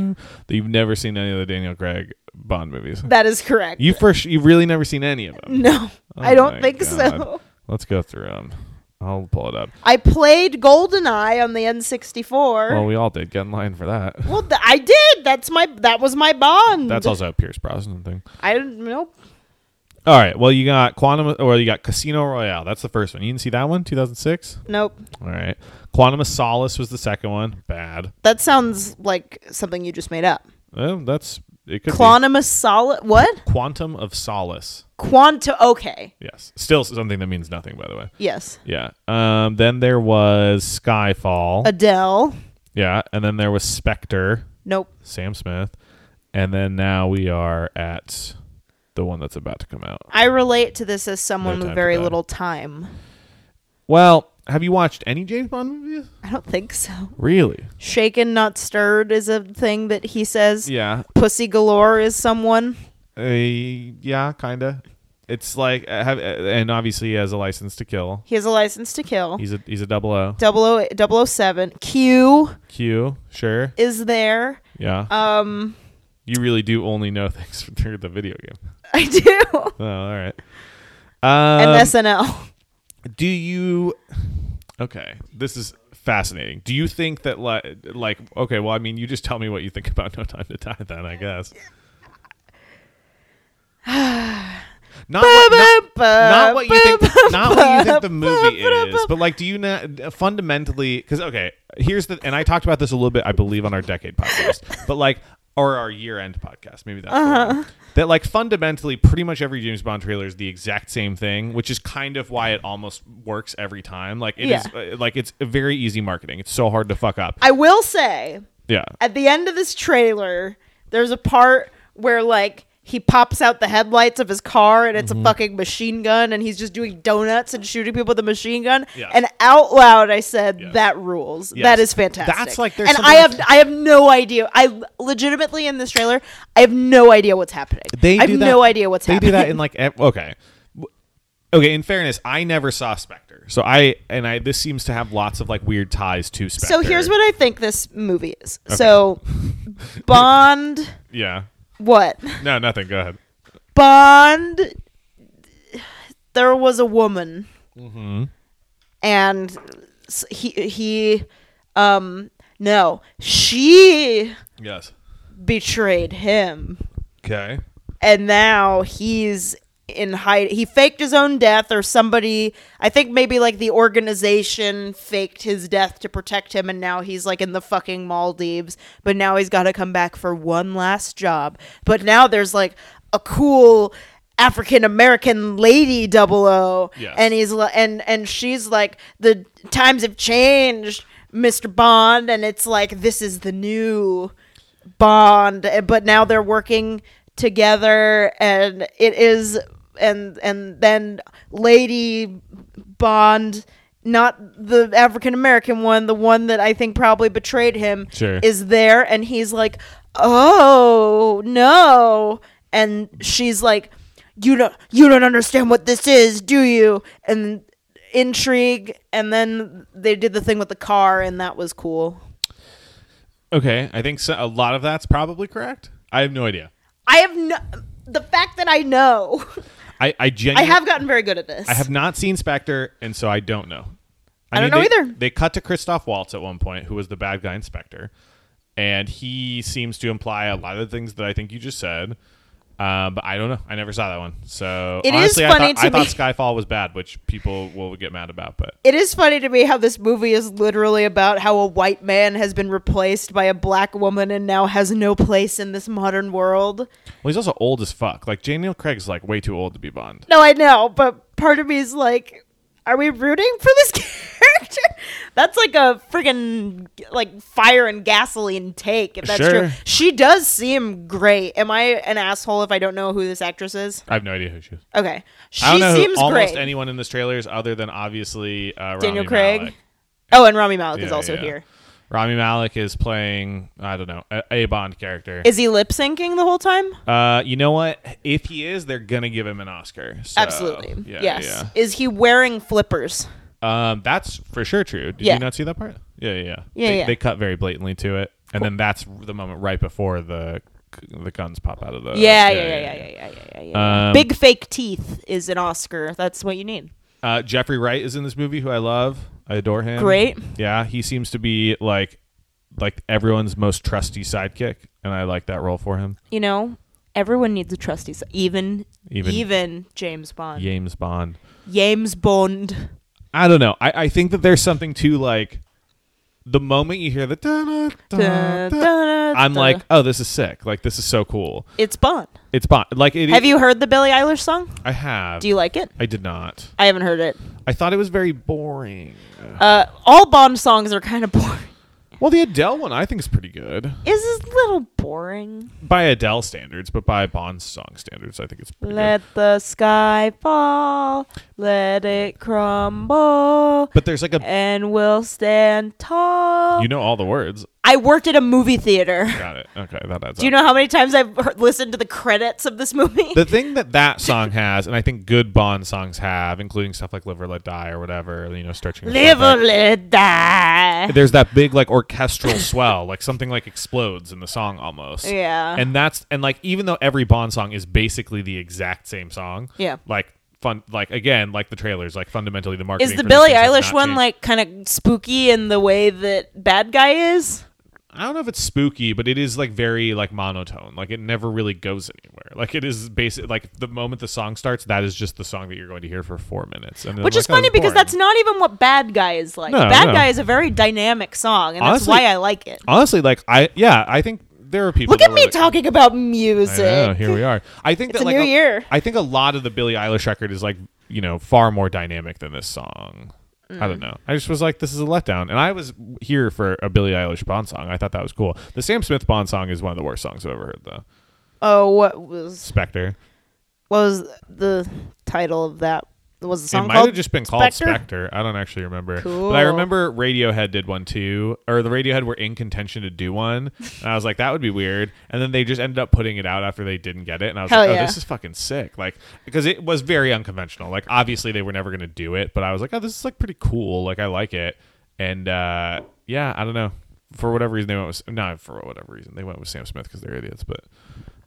That You've never seen any of the Daniel Craig Bond movies. That is correct. You first, you've really never seen any of them. no, Oh I don't my think God. so. Let's go through them. I'll pull it up. I played GoldenEye on the N64. Well, Well, we all did. Get in line for that. th- I did. That's my. That was my bond. That's also a Pierce Brosnan thing. I didn't. Nope. All right. Well, you got Quantum, or you got Casino Royale. That's the first one. You didn't see that one, 2006. Nope. All right. Quantum of Solace was the second one. Bad. That sounds like something you just made up. Oh, that's it. Could Quantum solid. What? be. Quantum of Solace. Quanta. Okay. Yes. Still something that means nothing, by the way. Yes. Yeah. Um. Then there was Skyfall. Adele. yeah. And then there was Spectre. Nope. Sam Smith. And then now we are at the one that's about to come out. I relate to this as someone No time with for very that. little time. Well, have you watched any James Bond movies? I don't think so. Really? Shaken, not stirred is a thing that he says. Yeah. Pussy galore is someone. Uh, yeah, kind of. It's like uh, have, uh, and obviously he has a license to kill. He has a license to kill. He's a he's a double O. 00- 007. Q Q, sure. is there. Yeah. Um, You really do only know things through the video game. I do. Oh, all right. and Um, SNL. Do you? Okay, this is fascinating. Do you think that like like okay? Well, I mean, you just tell me what you think about No Time to Die. Then I guess. Not what, not, not what you think. Not what you think the movie is, but like, do you not fundamentally? Because okay, here's the and I talked about this a little bit, I believe, on our decade podcast, but like, or our year-end podcast, maybe that's the one. that like fundamentally, pretty much every James Bond trailer is the exact same thing, which is kind of why it almost works every time. Like it is, Yeah. uh, like it's very easy marketing. It's so hard to fuck up. I will say yeah, at the end of this trailer, there's a part where like he pops out the headlights of his car and Mm-hmm. it's a fucking machine gun and he's just doing donuts and shooting people with a machine gun. Yeah. And out loud I said that rules. That Yes. is fantastic. That's like there's And I something- have I have no idea. I legitimately in this trailer, I have no idea what's happening. I have no idea what's they do happening. that in like ev- okay, W- okay. In fairness, I never saw Spectre, so I and I this seems to have lots of like weird ties to Spectre. so here's what I think this movie is. So Bond yeah. what? No, nothing. Go ahead. Bond, there was a woman, and s- he he, um, no, she Yes. betrayed him, Okay. and now he's in hide. He faked his own death, or somebody. I think maybe like the organization faked his death to protect him, and now he's like in the fucking Maldives. But now he's got to come back for one last job. But now there's like a cool African American lady double O, Yes. and he's li- and and she's like the times have changed, Mister Bond, and it's like this is the new Bond, eh, but now they're working together, and it is and and then Lady Bond. Not the African American one, the one that I think probably betrayed him Sure. is there and he's like, "Oh, no." And she's like, "You don't you don't understand what this is, do you?" And intrigue and then they did the thing with the car and that was cool. Okay. I think so, a lot of that's probably correct. I have no idea. I have no the fact that I know. I I I genuinely have gotten very good at this. I have not seen Spectre, and so I don't know. I don't know they- either. They cut to Christoph Waltz at one point, who was the bad guy in Spectre, and he seems to imply a lot of the things that I think you just said. Uh, but I don't know. I never saw that one. So It is honestly, I funny thought, I to me- thought Skyfall was bad, which people will get mad about. But it is funny to me how this movie is literally about how a white man has been replaced by a black woman and now has no place in this modern world. well, he's also old as fuck. Like Daniel Craig's like way too old to be Bond. No, I know, but part of me is like, are we rooting for this character? That's like a friggin' like fire and gasoline take. If that's Sure. true, she does seem great. Am I an asshole if I don't know who this actress is? I have no idea who she is. Okay, she I don't know seems who almost great. anyone in this trailer is other than obviously uh, Daniel Rami Craig Malek. Oh, and Rami Malek is Yeah, also yeah. here. Rami Malik is playing I don't know a, a Bond character. Is he lip syncing the whole time? Uh, you know what? If he is, they're gonna give him an Oscar. So, Absolutely. Yeah, yes. yeah. Is he wearing flippers? Um, that's for sure true. Did Yeah. you not see that part? Yeah, yeah, yeah. Yeah, they, yeah. they cut very blatantly to it, and then that's the moment right before the the guns pop out of the. yeah, yeah, yeah, yeah, yeah, yeah, yeah, yeah, yeah. Um, Big fake teeth is an Oscar. That's what you need. Uh, Jeffrey Wright is in this movie, who I love. I adore him. Great. Yeah, he seems to be like like everyone's most trusty sidekick, and I like that role for him. you know, everyone needs a trusty, s- even Even- even, James Bond. James Bond. James Bond. I don't know. I, I think that there's something to like the moment you hear the da, da, da, Da, da, I'm da. like, oh, this is sick. Like this is so cool. It's Bond. It's Bond. Like it, Have you heard the Billie Eilish song? I have. Do you like it? I did not. I haven't heard it. I thought it was very boring. Uh, all Bond songs are kind of boring. Well, the Adele one I think is pretty good Is this a little boring? by Adele standards, but by Bond song standards, I think it's pretty Let good. the sky fall, let it crumble, But there's like a and we'll stand tall. you know all the words. I worked at a movie theater. Got it. Okay, that adds Do you up. know how many times I've heard, listened to the credits of this movie? the thing that that song has, and I think good Bond songs have, including stuff like "Live or Let Die" or whatever, you know, stretching. Live or let die. there's that big like orchestral swell, like something like explodes in the song almost. Yeah. And that's and like even though every Bond song is basically the exact same song. Yeah. Like fun like again, like the trailers, like fundamentally the marketing. Is for the these Billie things has Eilish not one changed. like kind of spooky in the way that Bad Guy is? I don't know if it's spooky, but it is like very like monotone. Like it never really goes anywhere. Like it is basic. Like the moment the song starts, that is just the song that you're going to hear for four minutes. And then, Which like, is oh, funny because boring. that's not even what Bad Guy is like. No, Bad no. Guy is a very dynamic song, and that's Honestly- why I like it. honestly like I yeah I think there are people. Look that at were, me like- talking about I music. know, here we are. I think It's that a like new year. I think a lot of the Billie Eilish record is like you know far more dynamic than this song. I Mm. don't know. I just was like, this is a letdown, and I was here for a Billie Eilish Bond song. I thought that was cool. The Sam Smith Bond song is one of the worst songs I've ever heard, though. Oh, what was Spectre. what was the title of that? What was the song it might called? have just been called Spectre? Spectre. I don't actually remember. But I Cool. remember Radiohead did one too, or the Radiohead were in contention to do one. And I was like, that would be weird. And then they just ended up putting it out after they didn't get it. And I was Hell like, oh, yeah. this is fucking sick. Like, because it was very unconventional. Like, obviously they were never going to do it, but I was like, oh, this is like pretty cool. Like, I like it. And uh, yeah, I don't know. For whatever reason, they went with, not for whatever reason, they went with Sam Smith because they're idiots, but.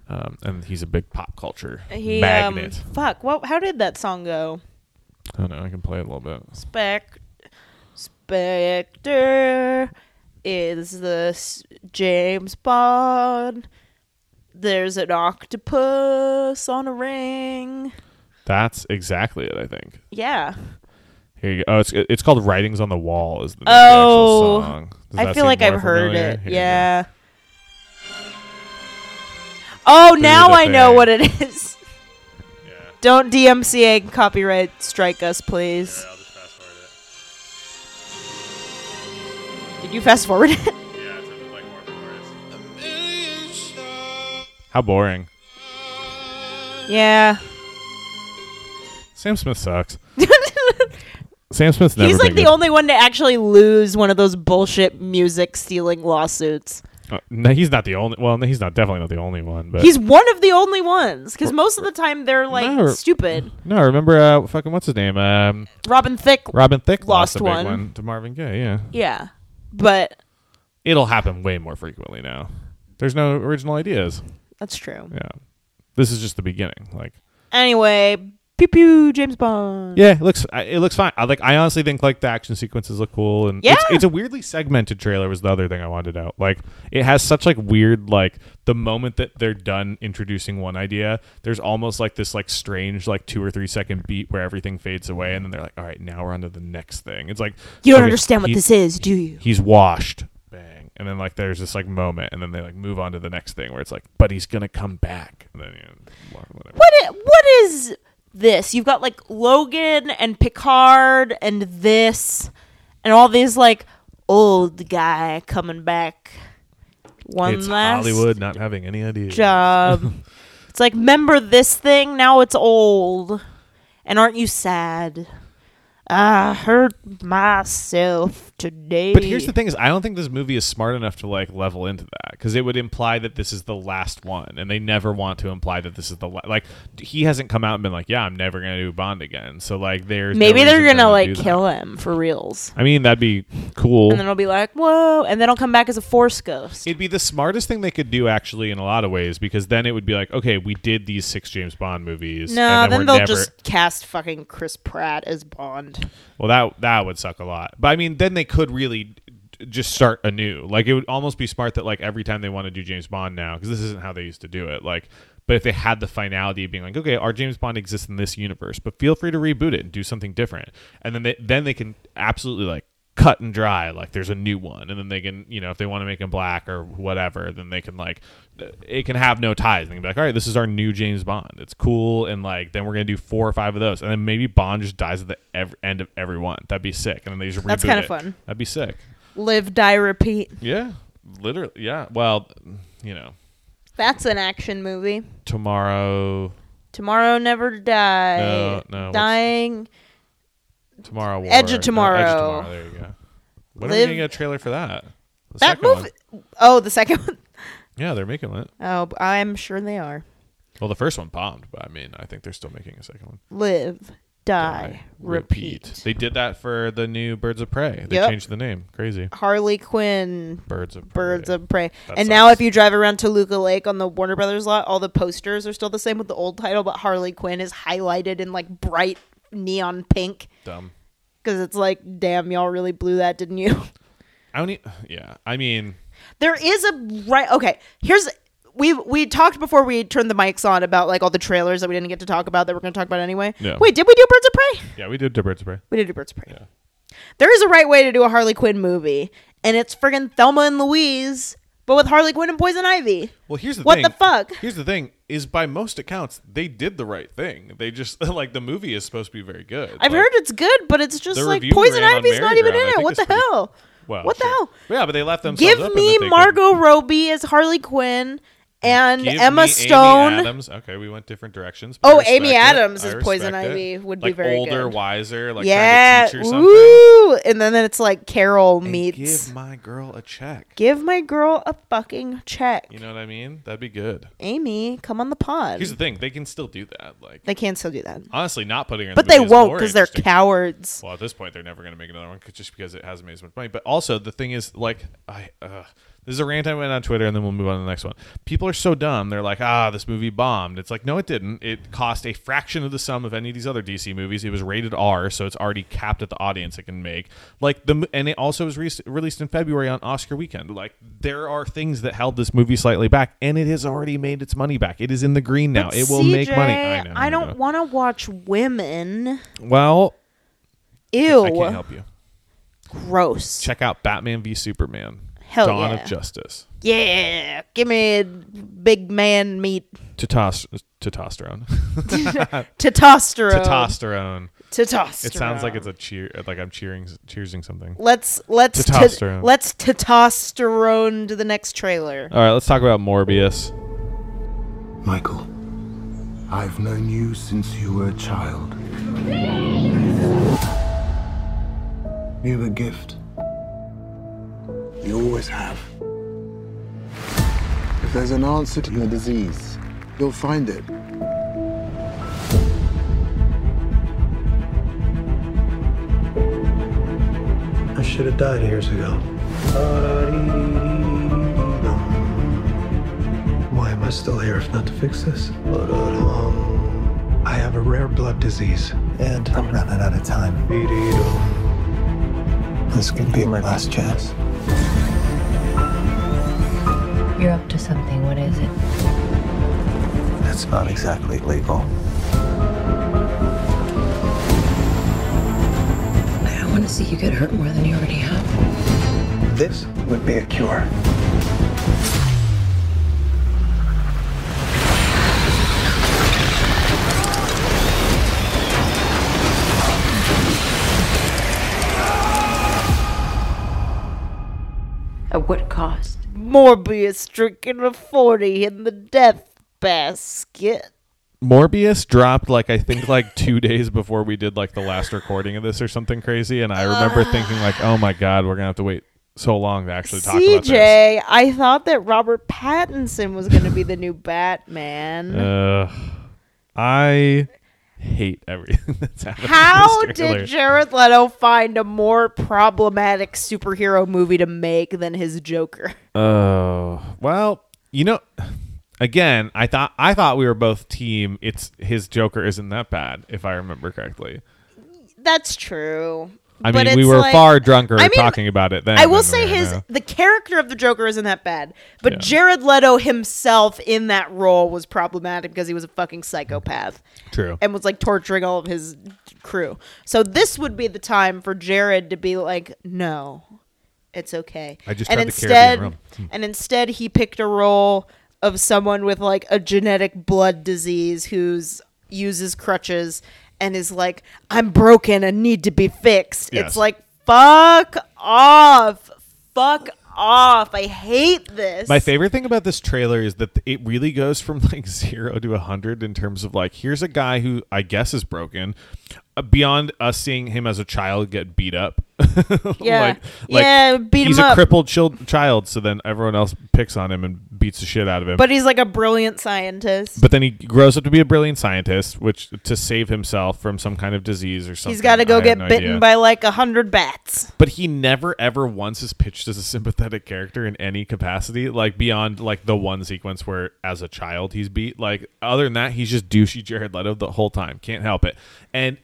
Um, and he's a big pop culture He, um, magnet. fuck. What? How did that song go? I don't know. I can play it a little bit. Spec- Spectre is the s- James Bond. There's an octopus on a ring. That's exactly it, I think. Yeah. Here you go. Oh, it's it's called "Writings on the Wall" is the, name Oh, of the actual song. Does I that feel seem like more I've heard familiar? it. Here you go. Yeah. Oh, now the I know thing. what it is. Yeah. Don't DMCA and copyright strike us, please. I'll just fast forward Did you fast forward it? it. Yeah, it sounded like more chorus. How boring. yeah. Sam Smith sucks. Sam Smith's never He's like been the good. only one to actually lose one of those bullshit music stealing lawsuits. Uh, no, he's not the only. Well, no, he's not definitely not the only one. But He's one of the only ones because most of the time they're like No. stupid. no, remember uh, fucking what's his name? Um, Robin Thicke, Robin Thicke lost, Lost a big one. one. to Marvin Gaye. Yeah, yeah, but it'll happen way more frequently now. There's no original ideas. that's true. Yeah, this is just the beginning. Like. Anyway, pew pew, James Bond. Yeah, it looks I- it looks fine. I, like I honestly think like the action sequences look cool, and it's, Yeah. it's a weirdly segmented trailer. Was the other thing I wanted out. Like it has such like weird like the moment that they're done introducing one idea, there's almost like this like strange like two or three second beat where everything fades away, and then they're like, all right, now we're on to the next thing. It's like You don't okay, understand what he- this is, do you? He's washed. Bang. And then like there's this like moment, and then they like move on to the next thing where it's like, but he's gonna come back. And then, you know, whatever. What i- what is this? You've got like Logan and Picard and this and all these like old guy coming back. One It's last Hollywood not having any ideas. job. it's like remember this thing now it's old, and aren't you sad? I hurt myself today. But here's the thing: is I don't think this movie is smart enough to like level into that because it would imply that this is the last one, and they never want to imply that this is the la- like he hasn't come out and been like, yeah, I'm never gonna do Bond again. So like, there's no Maybe they're reason for gonna them to like do kill That. him for reals, I mean, that'd be cool. and then it'll be like whoa, and then it'll come back as a force ghost. It'd be the smartest thing they could do, actually, in a lot of ways, because then it would be like, okay, we did these six James Bond movies. No, and then, then, we're they'll never, just cast fucking Chris Pratt as Bond. Well, that that would suck a lot. But I mean, then they could really d- just start anew. Like it would almost be smart that like every time they want to do James Bond now, because this isn't how they used to do it. Like, but if they had the finality of being like, okay, our James Bond exists in this universe, but feel free to reboot it and do something different, and then they then they can absolutely like cut and dry like there's a new one and then they can you know if they want to make him black or whatever then they can like it can have no ties they can be like all right this is our new james bond it's cool and like then we're gonna do four or five of those and then maybe bond just dies at the ev- end of every one that'd be sick and then they just That's reboot kinda it. fun. that'd be sick Live, die, repeat. yeah literally yeah well you know That's an action movie. tomorrow Tomorrow never die. No, no, what's- Dying. tomorrow war. Edge of No, edge Tomorrow. of tomorrow there you go when are we Live- gonna get a trailer for that The That second movie. one. Oh, the second one. yeah they're making it Oh, b- I'm sure they are. well the first one bombed but i mean i think they're still making a second one Live, die, repeat. They did that for the new Birds of Prey. They Yep. changed the name. Crazy. Harley Quinn. Birds of Birds Prey. of Prey. That and now, sucks. if you drive around Toluca Lake on the Warner Brothers lot, all the posters are still the same with the old title, but Harley Quinn is highlighted in like bright neon pink Dumb. because it's like, damn, y'all really blew that, didn't you? I don't. e- Yeah. I mean, There is a right. Okay, here's we we talked before we turned the mics on about like all the trailers that we didn't get to talk about that we're going to talk about anyway. Yeah. Wait, did we do Birds of Prey? yeah, we did do Birds of Prey. We did do Birds of Prey. There is a right way to do a Harley Quinn movie, and it's friggin' Thelma and Louise, but with Harley Quinn and Poison Ivy. Well, here's the What thing. the fuck? Here's the thing is by most accounts they did the right thing. They just like the movie is supposed to be very good. I've Like, heard it's good, but it's just the like review Poison ran on Ivy's not even in Merry-Go-Round. I it. think What it's the pretty- hell? Well, what the sure. hell? Yeah, but they left themselves Give open me that they could- Margot Robbie as Harley Quinn and Give me Emma Amy Stone. Adams. Okay, we went different directions. but Oh, I Amy respect it. Adams I as Poison respect Ivy it. would be like very older, good. wiser, like yeah, trying to teach her something. woo! And then it's like Carol And meets. give my girl a check. Give my girl a fucking check. You know what I mean? That'd be good. Amy, come on the pod. Here's the thing: they can still do that. Like they can still do that. honestly, not putting her, in But the they movie is won't more because they're interesting. cowards. Well, at this point, they're never going to make another one 'cause- just because it hasn't made as much money. But also, the thing is, like, I uh, this is a rant I went on Twitter, and then we'll move on to the next one. People are so dumb. They're like, ah, this movie bombed. It's like, no, it didn't. It cost a fraction of the sum of any of these other DC movies. It was rated R, so it's already capped at the audience it can make. Like the m- and it also was re- released in February on Oscar weekend. Like there are things that held this movie slightly back, and it has already made its money back. It is in the green now. But it will CJ, make money. I know. don't know. want to watch women. Well, Ew. I can't help you. Gross. check out Batman v Superman: Hell Dawn yeah. of Justice. Yeah. Give me big man meat. Tetos- Testosterone. Testosterone. Testosterone. Testosterone. It sounds like it's a cheer. Like I'm cheering, cheersing something. Let's let's t- Testosterone. let's testosterone to the next trailer. All right, let's talk about Morbius. Michael, I've known you since you were a child. You have a gift. You always have. If there's an answer to your disease, you'll find it. I should have died years ago. Why am I still here if not to fix this? I have a rare blood disease, and I'm running out of time. This could be my last chance. You're up to something. What is it? That's not exactly legal. I don't want to see you get hurt more than you already have. This would be a cure. At what cost? Morbius drinking a 40 in the death basket. Morbius dropped like I think like two days before we did like the last recording of this or something crazy, and I remember thinking like, oh my god, we're gonna have to wait so long to actually talk about this. CJ, I thought that Robert Pattinson was going to be the new Batman. Uh, I hate everything that's happening. in How this trailer. did Jared Leto find a more problematic superhero movie to make than his Joker? Oh well, you know, again, I thought I thought we were both team. It's his Joker isn't that bad, if I remember correctly. That's true. I But mean, we it's were like- far drunker I mean, talking about it then. I will than say we are his now. the character of the Joker isn't that bad, but Yeah. Jared Leto himself in that role was problematic because he was a fucking psychopath. True. And was like torturing all of his crew. So this would be the time for Jared to be like, "No, it's okay." I just and tried the Caribbean rum. and instead he picked a role of someone with like a genetic blood disease who's uses crutches and is like, "I'm broken and need to be fixed." Yes. It's like Fuck off. Fuck off. I hate this. My favorite thing about this trailer is that it really goes from like zero to a hundred in terms of like here's a guy who I guess is broken. uh, beyond us seeing him as a child get beat up. Yeah. Yeah, beat he's him a up. crippled chil- child, so then everyone else picks on him and beats the shit out of him. But he's like a brilliant scientist. But then he grows up to be a brilliant scientist, which to save himself from some kind of disease or something. He's got to I go have get no bitten idea. by like a hundred bats. But he never ever once is pitched as a sympathetic character in any capacity, like beyond like the one sequence where as a child he's beat. Like other than that, he's just douchey Jared Leto the whole time. Can't help it. And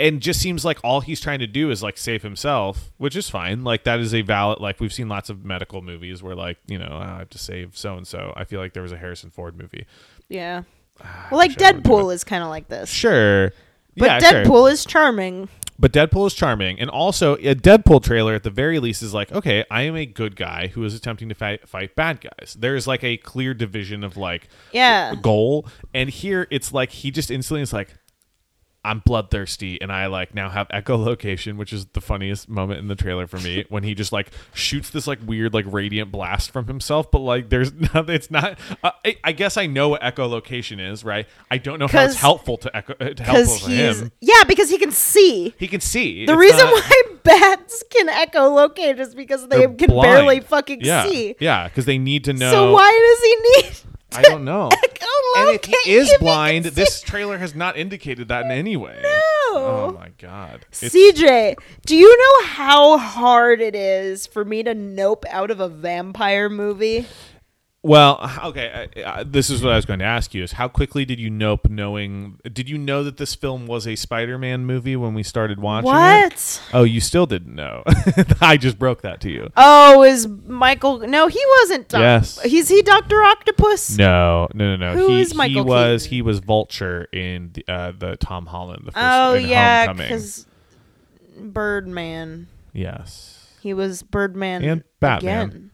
and just seems like all he's trying to do is like save himself, which is fine. Like that is a valid like we've seen lots of medical movies where like, you know, "Oh, I have to save so and so. I feel like there was a Harrison Ford movie. Yeah. Ah, Well, like Deadpool is kind of like this. Sure. But Yeah, sure. Deadpool is charming. But Deadpool is charming, and also a Deadpool trailer at the very least is like, okay, I am a good guy who is attempting to fight, fight bad guys. There is like a clear division of like Yeah. goal, and here it's like he just instantly is like, I'm bloodthirsty, and I like now have echolocation, which is the funniest moment in the trailer for me when he just like shoots this like weird like radiant blast from himself. But like, there's not, it's not. Uh, I, I guess I know what echolocation is, right? I don't know how it's 'Cause- helpful to echo uh, to helpful Because to he's him. yeah, because he can see. He can see. The It's reason not- why bats can echolocate is because they They're can blind. barely fucking yeah. see. Yeah, because they need to know. So why does he need I don't know. echolocate? and if he is blind, this trailer has not indicated that in any way. Oh my god. It's- CJ, do you know how hard it is for me to nope out of a vampire movie? well, okay. I, I, this is what I was going to ask you: is how quickly did you nope? Knowing, did you know that this film was a Spider-Man movie when we started watching it? What? Oh, you still didn't know. I just broke that to you. Oh, is Michael? No, he wasn't. Doc- Yes. he's he Doctor Octopus. No, no, no, no. Who he is he Michael was he was Vulture in the, uh, the Tom Holland the first Oh in yeah, Homecoming. because Birdman. Yes. He was Birdman And Batman. again.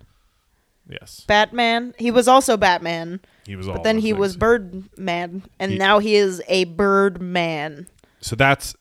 Yes. Batman. He was also Batman. He was all But then those he was things. Birdman, and He- now he is a Birdman. So that's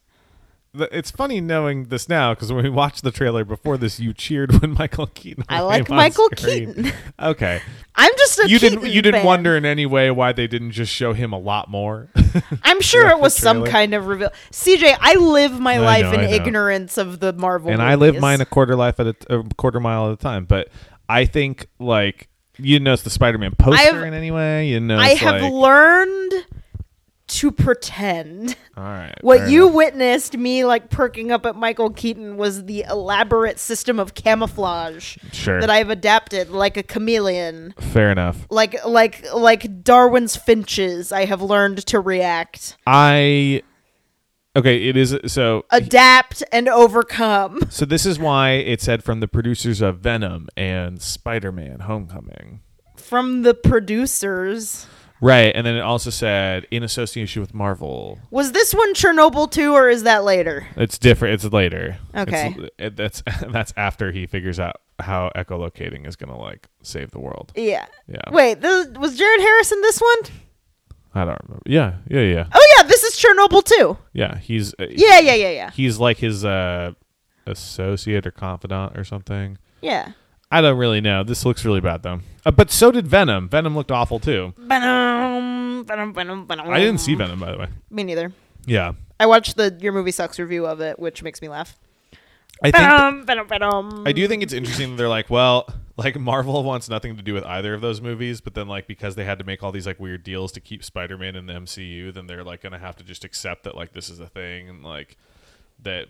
th- it's funny knowing this now because when we watched the trailer before this, you cheered when Michael Keaton. I came like on Michael screen. Keaton. Okay, I'm just a you didn't Keaton you didn't fan. wonder in any way why they didn't just show him a lot more. I'm sure it was some trailer. kind of reveal. CJ, I live my I life know, in I know. ignorance of the Marvel. and I live movies. mine a quarter life at a, t- a quarter mile at a time. But I think like you notice the Spider-Man poster have- in any way. You know, I have Like, learned to pretend. all right, What fair you enough. witnessed me like perking up at Michael Keaton was the elaborate system of camouflage Sure. that I've adapted like a chameleon. fair enough. Like like like Darwin's finches, I have learned to react, I okay. It is so adapt and overcome. So this is why it said from the producers of Venom and Spider-Man: Homecoming. From the producers. Right, and then it also said in association with Marvel. Was this one Chernobyl too, or is that later? It's different. It's later. Okay. It's- it- that's that's after he figures out how echolocating is gonna like save the world. Yeah. Yeah. Wait, this, was Jared Harris in this one? I don't remember. Yeah, yeah, yeah, Oh yeah, this is Chernobyl too. yeah. He's uh, Yeah, yeah, yeah, yeah. He's like his uh, associate or confidant or something. Yeah. I don't really know. This looks really bad though. Uh, but so did Venom. Venom looked awful too. Venom, Venom, Venom, Venom. I didn't see Venom by the way. Me neither. Yeah. I watched the Your Movie Sucks review of it, which makes me laugh. I think Venom, Venom, Venom. I do think it's interesting that they're like, well, like Marvel wants nothing to do with either of those movies, but then like because they had to make all these like weird deals to keep Spider-Man in the MCU, then they're like going to have to just accept that like this is a thing and like that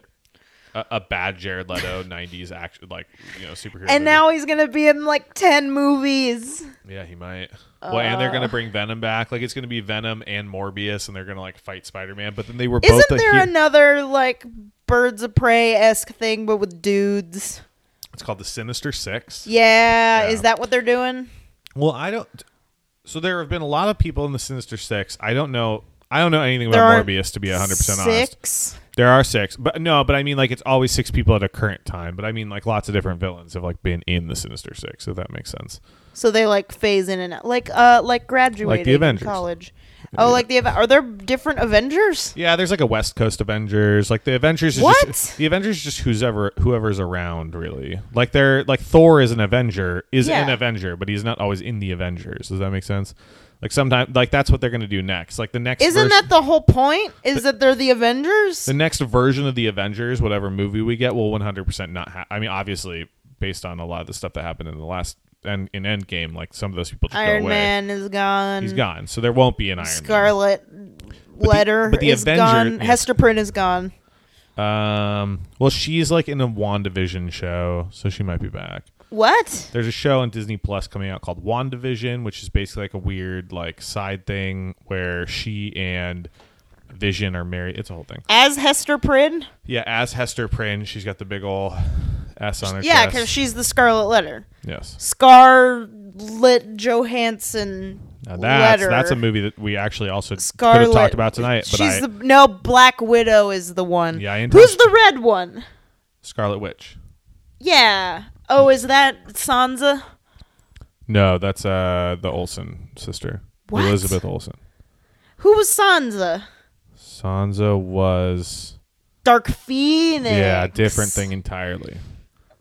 a, a bad Jared Leto 90s action like, you know, superhero. movie. And now he's gonna be in like ten movies. yeah, he might. well, and they're going Uh. to bring Venom back. Like it's going to be Venom and Morbius and they're going to like fight Spider-Man, but then they were both Isn't the there hero- another like Birds of Prey esque thing, but with dudes? It's called the Sinister 6. Yeah, Yeah. is that what they're doing? Well, I don't. So there have been a lot of people in the Sinister Six. I don't know. I don't know anything There about aren't Morbius to be hundred percent honest. Six. There are six, but no, but I mean like it's always six people at a current time. But I mean like lots of different villains have like been in the Sinister Six, if that makes sense. So they like phase in and out, like uh, like graduating Avengers. college. Oh, like the Ave- are there different Avengers? Yeah, there's like a West Coast Avengers. Like the Avengers is What? just the Avengers is just who's ever whoever's around really. Like they're like Thor is an Avenger, is Yeah. an Avenger, but he's not always in the Avengers. Does that make sense? Like sometime, like that's what they're going to do next. Like the next Isn't version- that the whole point? Is that they're the Avengers? the next version of the Avengers, whatever movie we get, will 100% not. Ha- I mean, obviously, based on a lot of the stuff that happened in the last and in Endgame, like some of those people just Iron go away. Man is gone. He's gone, so there won't be an Iron Scarlet the- Letter but the is Avenger- gone. yeah. Hester Prynne is gone. Man. Um, well, she's like in a Wandavision show, so she might be back. What? There's a show on Disney Plus coming out called WandaVision, which is basically like a weird like side thing where she and Vision are married. It's a whole thing. As Hester Prynne? Yeah, as Hester Prynne, she's got the big old S on her Yeah, chest. because she's the Scarlet Letter. Yes. Scarlet Johansson. Now that's letter. that's a movie that we actually also could Scarlet. have talked about tonight. But she's I, the no Black Widow is the one. Yeah, I Who's the red one? Scarlet Witch. Yeah. Oh, is that Sansa? No, that's uh the Olsen sister, What? Elizabeth Olsen. Who was Sansa? Sansa was Dark Phoenix. yeah, different thing entirely.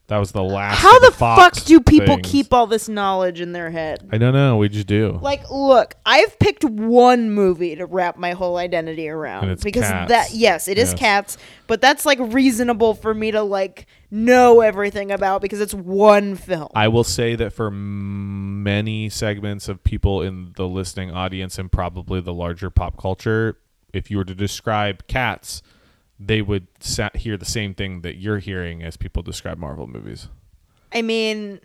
That was the last. How of the, the fuck Fox do people things. keep all this knowledge in their head? I don't know. We just do. Like, look, I've picked one movie to wrap my whole identity around And it's because Cats. that yes, it is Yes. cats, but that's like reasonable for me to like know everything about because it's one film. I will say that for m- many segments of people in the listening audience and probably the larger pop culture, if you were to describe cats, they would sa- hear the same thing that you're hearing as people describe Marvel movies. I mean,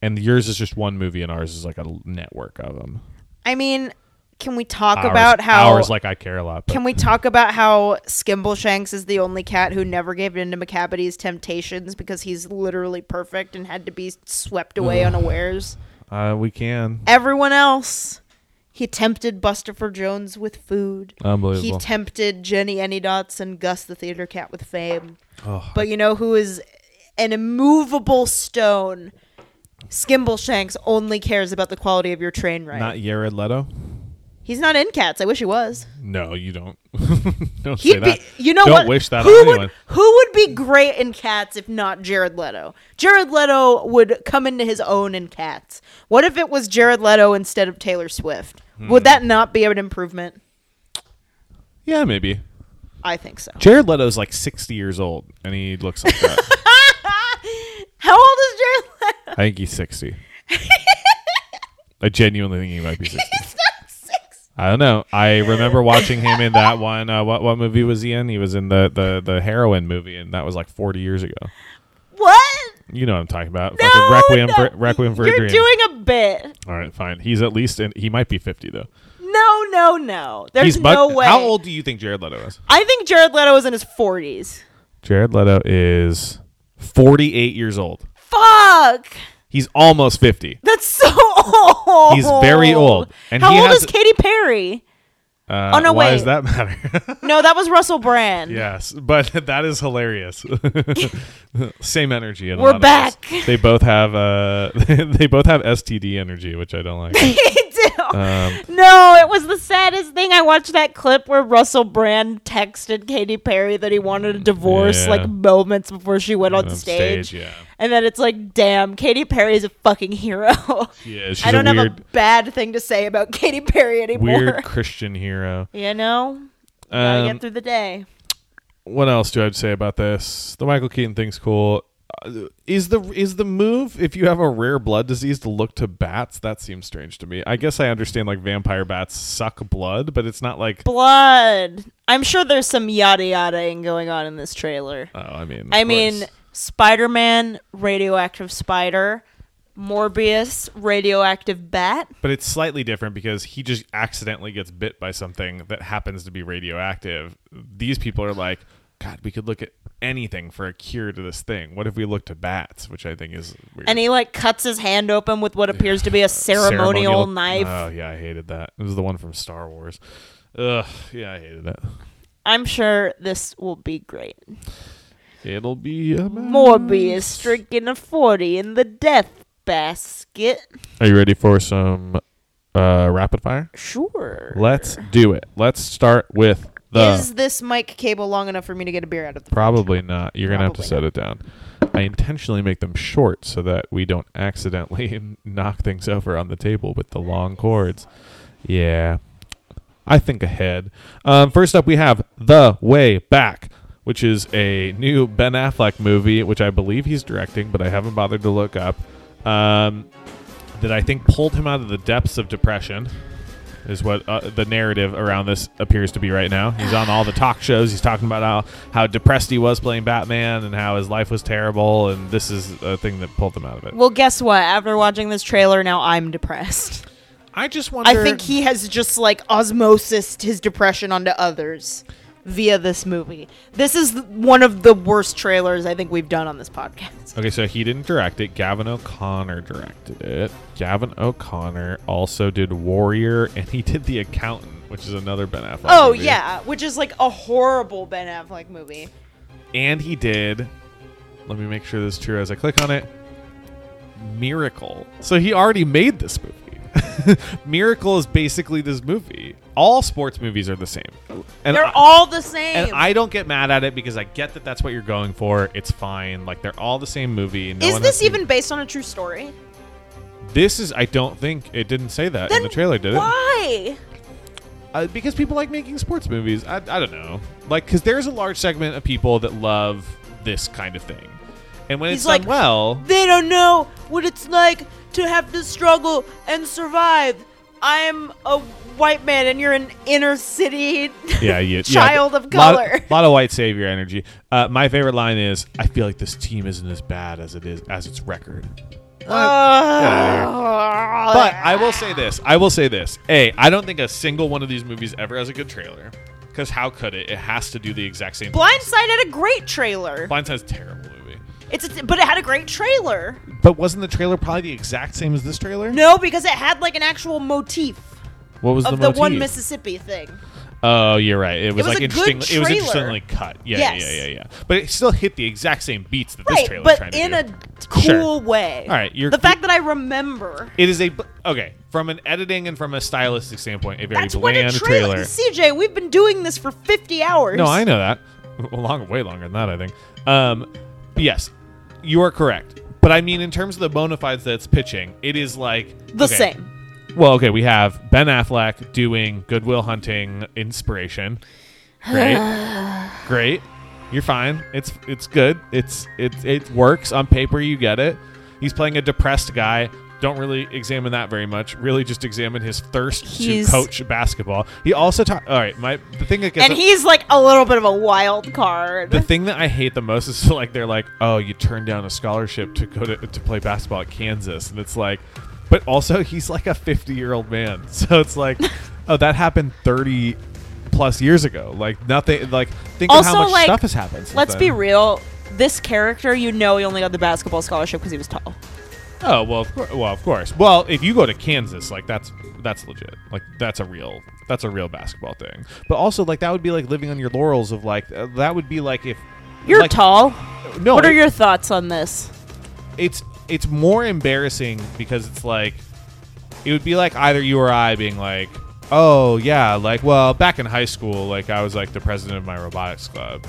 And yours is just one movie, and ours is like a l- network of them. I mean, can we talk Ours- about how ours like I care a lot. But Can we talk about how Skimble Shanks is the only cat who never gave in to McCabity's temptations because he's literally perfect and had to be swept away Ugh. unawares? uh, we can. Everyone else, he tempted Buster for Jones with food. He Unbelievable. tempted Jenny Anydots and Gus the theater cat with fame. Oh. But you know who is an immovable stone? Skimble Shanks only cares about the quality of your train ride. Not Jared Leto. He's not in cats. I wish he was. No, you don't. don't He'd say be- that. you know don't what? wish that Who on would- anyone. Who would be great in Cats if not Jared Leto? Jared Leto would come into his own in Cats. What if it was Jared Leto instead of Taylor Swift? Would Hmm. that not be an improvement? Yeah, maybe. I think so. Jared Leto's like 60 years old, and he looks like that. How old is Jared Leto? I think he's 60. I genuinely think he might be 60. He's not six. I don't know. I remember watching him in that one. Uh, what what movie was he in? He was in the, the, the heroin movie, and that was like 40 years ago. What? You know what I'm talking about. No, Fucking Requiem, no. for, Requiem for a You're Dream. doing a bit. All right, fine. He's at least, in, he might be 50, though. No, no, no. There's he's no mug- way. How old do you think Jared Leto is? I think Jared Leto is in his 40s. Jared Leto is 48 years old. Fuck. He's almost 50. That's so old. He's very old, and How he old has- is Katy Perry? Uh, Oh, no, why wait. does that matter? No, that was Russell Brand. Yes, but that is hilarious. Same energy. in a We're lot of us. back. They both have uh, they both have STD energy, which I don't like. Um, No, it was the saddest thing. I watched that clip where Russell Brand texted Katy Perry that he wanted a divorce Yeah. like moments before she went on On stage. stage, yeah. And then it's like, damn, Katy Perry is a fucking hero. Yeah, she's I don't a have a weird, bad thing to say about Katy Perry anymore. weird Christian hero. You know? Gotta Um, get through the day. what else do I have to say about this? The Michael Keaton thing's cool. Uh, Is the is the move if you have a rare blood disease to look to bats? That seems strange to me. I guess I understand like vampire bats suck blood, but it's not like Blood. I'm sure there's some yada yadaing going on in this trailer. oh, I mean, I of mean, course. Spider Man, radioactive spider, Morbius, radioactive bat. But it's slightly different because he just accidentally gets bit by something that happens to be radioactive. These people are like, God, we could look at anything for a cure to this thing. What if we look to bats? Which I think is weird. And he like cuts his hand open with what appears to be a ceremonial, knife. Oh yeah, I hated that. It was the one from Star Wars. Ugh, yeah, I hated it. I'm sure this will be great. It'll be a mess. Morbius drinking a 40 in the death basket. Are you ready for some uh, rapid fire? Sure. Let's do it. Let's start with the. Is this mic cable long enough for me to get a beer out of the Probably not. You're gonna have to Probably set it down. I intentionally make them short so that we don't accidentally knock things over on the table with the long cords. Yeah. I think ahead. Um, first up, we have The Way Back, which is a new Ben Affleck movie, which I believe he's directing, but I haven't bothered to look up. Um, that I think pulled him out of the depths of depression, is what uh, the narrative around this appears to be right now. He's on all the talk shows. He's talking about how, how depressed he was playing Batman and how his life was terrible, and this is a thing that pulled him out of it. Well, guess what? After watching this trailer, now I'm depressed. I just wonder. I think he has just like osmosis his depression onto others via this movie. This is one of the worst trailers I think we've done on this podcast. Okay, so he didn't direct it. Gavin O'Connor directed it. Gavin O'Connor also did Warrior, and he did The Accountant, which is another Ben Affleck. Oh movie. yeah, which is like a horrible Ben Affleck movie. and he did. Let me make sure this is true as I click on it. Miracle. So he already made this movie. Miracle is basically this movie. All sports movies are the same. And They're I- all the same. And I don't get mad at it because I get that that's what you're going for. It's fine. Like they're all the same movie. No is one has this to- even based on a true story? This is. I don't think it didn't say that in the trailer, did it? Why? Uh, because people like making sports movies. I, I don't know. Like, because there's a large segment of people that love this kind of thing, and when He's it's like, done well, They don't know what it's like to have to struggle and survive. I'm a white man and you're an inner city yeah, yeah, child yeah, of color. Lot, lot of white savior energy. Uh, my favorite line is, "I feel like this team isn't as bad as it is as its record." But I will say this. I will say this. A, I don't think a single one of these movies ever has a good trailer. Because how could it? It has to do the exact same Blindside had a great trailer. thing. Blindside's a terrible movie. It's a, but it had a great trailer. But wasn't the trailer probably the exact same as this trailer? No, because it had like an actual motif What was of the, the, one motif? Mississippi thing. Oh, you're right. It was, was like a good interestingly it was trailer. interestingly cut. Yeah, Yes. yeah, yeah, yeah, yeah. But it still hit the exact same beats that this Right, trailer but trying to in do. a cool Sure. way. All right, you're- the fact that I remember. It is a b- okay from an editing and from a stylistic standpoint, a very That's when bland a trailer. CJ, we've been doing this for 50 hours. No, I know that. Long, way longer than that, I think. Um, but yes, you are correct. But I mean, in terms of the bona fides that's pitching, it is like The okay. same. Well, okay, we have Ben Affleck doing Goodwill Hunting inspiration. Great, great. You're fine. It's it's good. It's it it works on paper. You get it. He's playing a depressed guy. Don't really examine that very much. Really, just examine his thirst He's- to coach basketball. He also talked. All right, my the thing that gets And he's like a little bit of a wild card. the thing that I hate the most is like they're like, oh, you turned down a scholarship to go to, to play basketball at Kansas, and it's like, but also he's like a fifty year old man, so it's like, oh, that happened thirty plus years ago. Like nothing. Like think of how much stuff has happened. since let's then. be real. This character, you know, he only got the basketball scholarship because he was tall. Oh well, of cour- well of course. Well, if you go to Kansas, like that's that's legit. Like that's a real that's a real basketball thing. But also like that would be like living on your laurels of like uh, that would be like if You're like- tall. No, What are it- your thoughts on this? it's it's more embarrassing because it's like it would be like either you or I being like, oh yeah, like well back in high school, like I was like the president of my robotics club,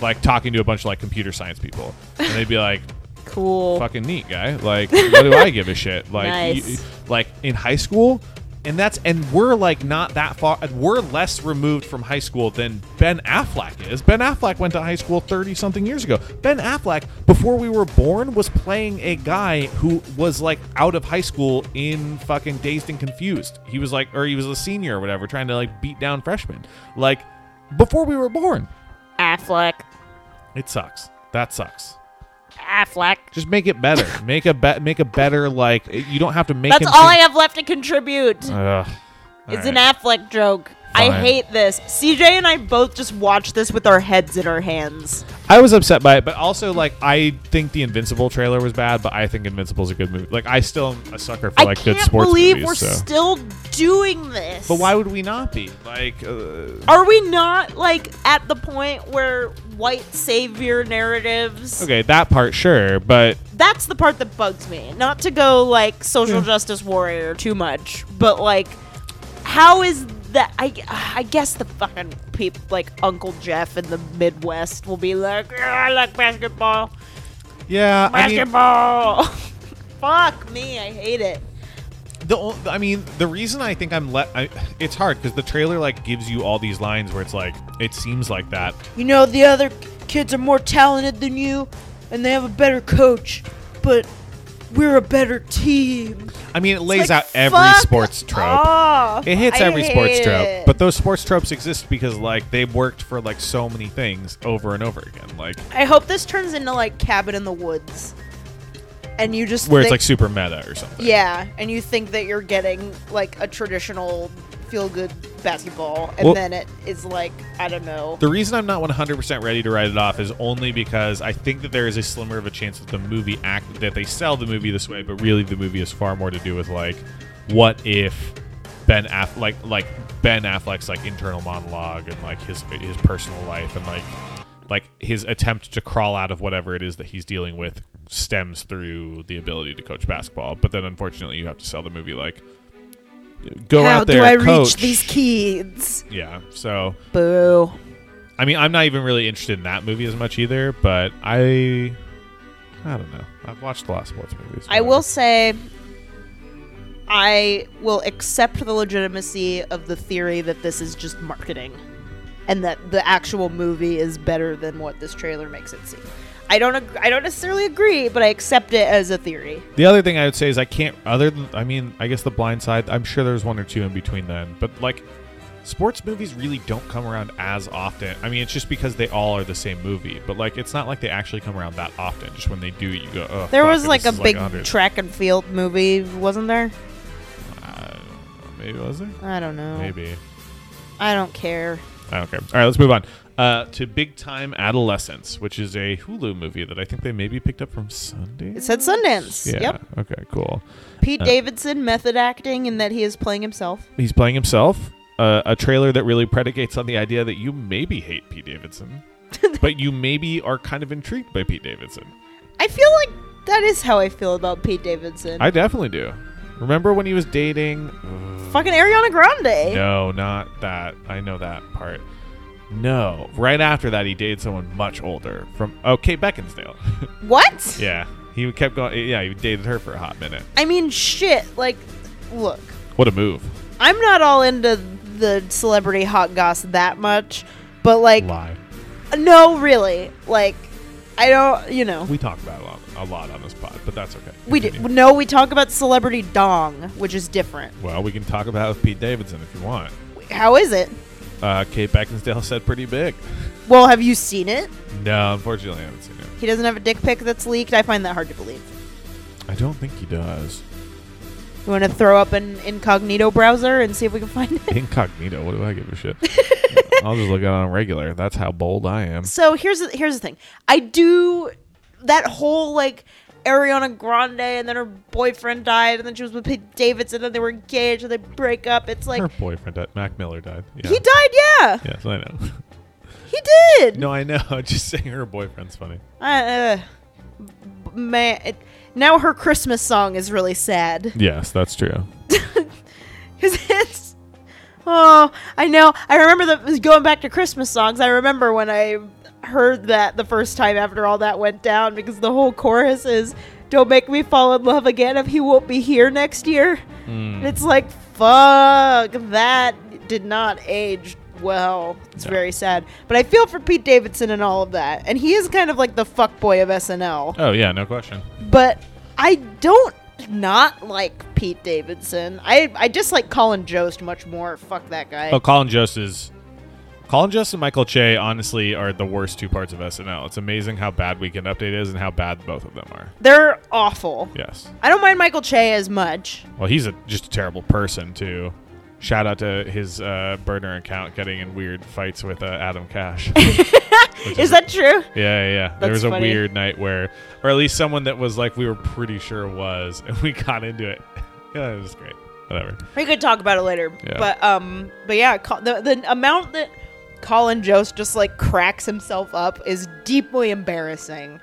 like talking to a bunch of like computer science people, and they'd be like, Cool. fucking neat guy, like what do I give a shit, like Oh. Nice. you- like in high school. And that's and we're like not that far. We're less removed from high school than Ben Affleck is. Ben Affleck went to high school thirty something years ago. Ben Affleck, before we were born, was playing a guy who was like out of high school in fucking dazed and confused. He was like, or he was a senior or whatever, trying to like beat down freshmen. Like before we were born, Affleck. it sucks. That sucks. Affleck. Just make it better. make a bet. Make a better like. You don't have to make. That's him all I seem- have left to contribute. Ugh. It's All an right. Affleck joke. I Fine. hate this. CJ and I both just watched this with our heads in our hands. I was upset by it, but also like I think the Invincible trailer was bad, but I think Invincible's a good movie. Like I still am a sucker for I like can't good sports believe movies. we're so. still doing this. but why would we not be? Like, uh, Are we not like at the point where white savior narratives? okay, that part sure, but That's the part that bugs me. Not to go like social justice warrior too much, but like, how is that? I I guess the fucking people like Uncle Jeff in the Midwest will be like, "Yeah, I like basketball, yeah, I mean, basketball. Fuck me, I hate it. the ol- I mean the reason I think I'm let I, it's hard because the trailer like gives you all these lines where it's like it seems like that. You know, the other kids are more talented than you, and they have a better coach, but we're a better team. I mean it lays like, out every fuck sports trope. off. It hits I every sports hate trope, it. but those sports tropes exist because like they worked for like so many things over and over again. Like I hope this turns into like Cabin in the Woods, and you just where it's think- like super meta or something. Yeah, and you think that you're getting like a traditional feel good basketball, and Well- then it is like I don't know. The reason I'm not 100% ready to write it off is only because I think that there is a slimmer of a chance that the movie act that they sell the movie this way, but really the movie is far more to do with like what if Ben Aff like like Ben Affleck's like internal monologue and like his his personal life and like like his attempt to crawl out of whatever it is that he's dealing with stems through the ability to coach basketball. But then unfortunately you have to sell the movie like go How out there do I coach. reach these kids? yeah. So Boo. I mean, I'm not even really interested in that movie as much either, but I I don't know. I've watched a lot of sports movies. I will say, I will accept the legitimacy of the theory that this is just marketing, and that the actual movie is better than what this trailer makes it seem. I don't. Ag- I don't necessarily agree, but I accept it as a theory. The other thing I would say is I can't other than I mean, I guess the blind side, I'm sure there's one or two in between then, but like sports movies really don't come around as often. I mean, it's just because they all are the same movie, but like it's not like they actually come around that often. Just when they do, you go, "Oh, There fuck, was this like a is big 100." track and field movie, wasn't there? Maybe was there? I don't know. Maybe. I don't care. I don't care. All right, let's move on uh, to Big Time Adolescence, which is a Hulu movie that I think they maybe picked up from Sunday. It said Sundance. Yeah. Yep. Okay. Cool. Pete Uh, Davidson method acting in that he is playing himself. He's playing himself. Uh, a trailer that really predicates on the idea that you maybe hate Pete Davidson, but you maybe are kind of intrigued by Pete Davidson. I feel like that is how I feel about Pete Davidson. I definitely do. Remember when he was dating? Fucking Ariana Grande. No, not that. I know that part. No. Right after that, he dated someone much older from oh, Kate Beckinsdale. What? yeah, he kept going. Yeah, he dated her for a hot minute. I mean, shit. Like, look, What a move. I'm not all into the celebrity hot goss that much, but like, Lie. no, really. Like, I don't, you know. We talk about it a lot, a lot on this pod, but that's okay. We do. Continue. No, we talk about celebrity dong, which is different. Well, we can talk about it with Pete Davidson if you want. How is it? Uh, Kate Beckinsdale said pretty big. Well, have you seen it? No, unfortunately, I haven't seen it. He doesn't have a dick pic that's leaked. I find that hard to believe. I don't think he does. You want to throw up an incognito browser and see if we can find it? Incognito. What do I give a shit? I'll just look at it on regular. That's how bold I am. So here's the, here's the thing. I do that whole like Ariana Grande and then her boyfriend died and then she was with Pete Davidson and then they were engaged and they break up. It's like Her boyfriend, died. Mac Miller, died. Yeah. he died, yeah. Yes, I know. He did. no, I know. I'm just saying her boyfriend's funny. I- uh, man, it- now her Christmas song is really sad. Yes, that's true. Cuz it's Oh, I know. I remember the going back to Christmas songs. I remember when I heard that the first time after all that went down because the whole chorus is don't make me fall in love again if he won't be here next year. And it's like fuck that did not age well. It's very sad. But I feel for Pete Davidson and all of that. And he is kind of like the fuckboy of SNL Oh, yeah, no question. but I don't not like Pete Davidson. I I just like Colin Jost much more. Fuck that guy. Oh, Colin Jost is. Colin Jost and Michael Che, honestly, are the worst two parts of SNL. It's amazing how bad Weekend Update is and how bad both of them are. They're awful. Yes. I don't mind Michael Che as much. Well, he's a, just a terrible person, too. Shout out to his uh, burner account getting in weird fights with uh, Adam Cash. Is, that true? Yeah, yeah. yeah. there That's was a funny. weird night where, or at least someone that was like, we were pretty sure was, and we got into it. yeah, it was great. Whatever. We could talk about it later. Yeah. But um, but yeah, Col- the the amount that Colin Jost just like cracks himself up is deeply embarrassing.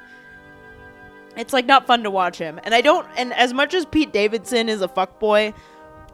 It's like not fun to watch him, and I don't. And as much as Pete Davidson is a fuckboy,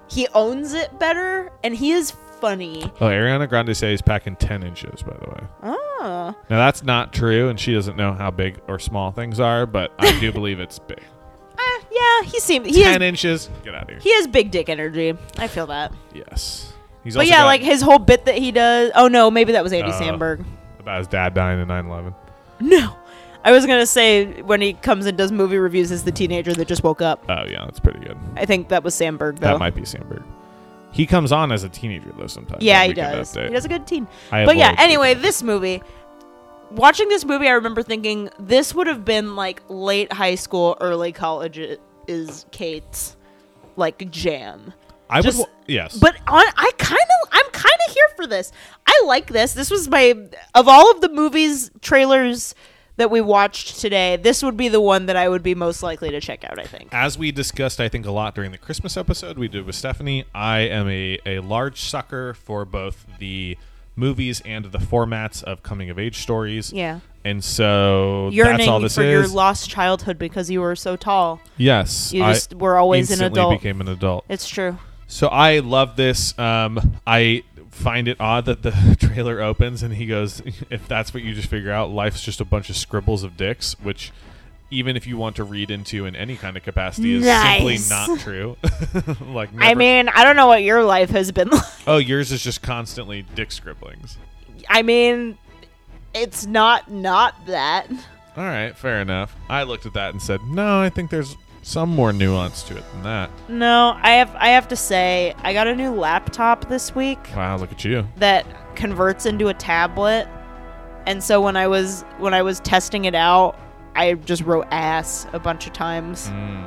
he owns it better, and he is funny. Oh, Ariana Grande says he's packing 10 inches, by the way. Oh. Now, that's not true, and she doesn't know how big or small things are, but I do believe it's big. Eh, Yeah, Yeah, he seemed he Ten has, inches. Get out of here. he has big dick energy. I feel that. yes. He's but also yeah, got like his whole bit that he does. Oh no, maybe that was Andy Uh, Samberg. about his dad dying in 9/11. No, I was gonna say when he comes and does movie reviews as the teenager that just woke up. Oh yeah, that's pretty good. I think that was Samberg though. That might be Sandberg. He comes on as a teenager though sometimes. Yeah, on he Weekend does. Update. He does a good teen. I but yeah, avoid anyway, this movie. Watching this movie, I remember thinking this would have been like late high school, early college i- is Kate's like jam. I would Just- wa- yes. But on, I kind of, I'm kind of here for this. I like this. This was my of all of the movies trailers that we watched today. This would be the one that I would be most likely to check out. I think. As we discussed, I think a lot during the Christmas episode we did with Stephanie, I am a, a large sucker for both the movies and the formats of coming of age stories. Yeah. And so Yearning that's all this for your is. lost childhood because you were so tall. yes. You I just were always an instantly adult. became an adult. It's true. So I love this. Um, I find it odd that the trailer opens and he goes, "If that's what you just figure out, life's just a bunch of scribbles of dicks," which. Even if you want to read into in any kind of capacity, is Nice. simply not true. like, I never- mean, I don't know what your life has been like. oh, yours is just constantly dick scribblings. I mean, it's not not that. All right, fair enough. I looked at that and said, no, I think there's some more nuance to it than that. No, I have I have to say I got a new laptop this week Wow, look at you. that converts into a tablet. And so when I was when I was testing it out, I just wrote ass a bunch of times. Hmm.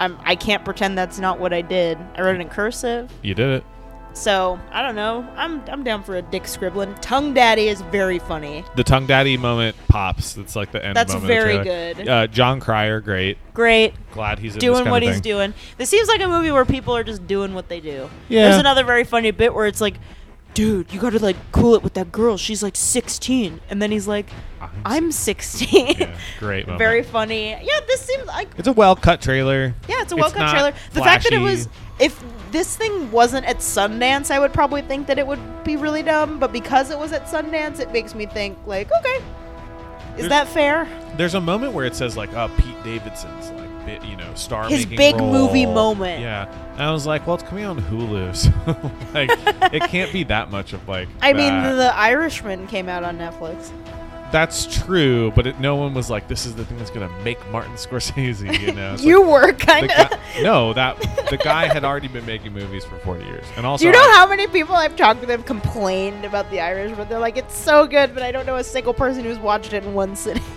I'm, I can't pretend that's not what I did. I wrote it in cursive. You did it. So, I don't know. I'm I'm down for a dick scribbling. Tongue daddy is very funny. The tongue daddy moment pops. That's like the end. That's moment of the very trailer. good. Uh, John Cryer, great. Great. Glad he's in this doing kind what of he's thing. doing. This seems like a movie where people are just doing what they do. Yeah. There's another very funny bit where it's like, dude, you gotta like cool it with that girl. She's like 16, and then he's like, I'm 16. Great moment. very funny. Yeah, this seems like It's a well cut trailer. yeah, it's a well cut not trailer. The fact that it flashy. was if this thing wasn't at Sundance, I would probably think that it would be really dumb. But because it was at Sundance, it makes me think like, okay, There's- is that fair? There's a moment where it says like, "Oh, Pete Davidson's like, bit, you know, star His making big role. movie moment. Yeah, and I was like, "Well, it's coming on Hulu, so like, it can't be that much of like." I mean, that. The Irishman came out on Netflix. that's true, but it, no one was like, "This is the thing that's gonna make Martin Scorsese," you know. It's You like, were the kind of. guy- no, that the guy had already been making movies for 40 years, and also Do you know I- how many people I've talked to that have complained about The Irish, but they're like, it's so good, but I don't know a single person who's watched it in one sitting.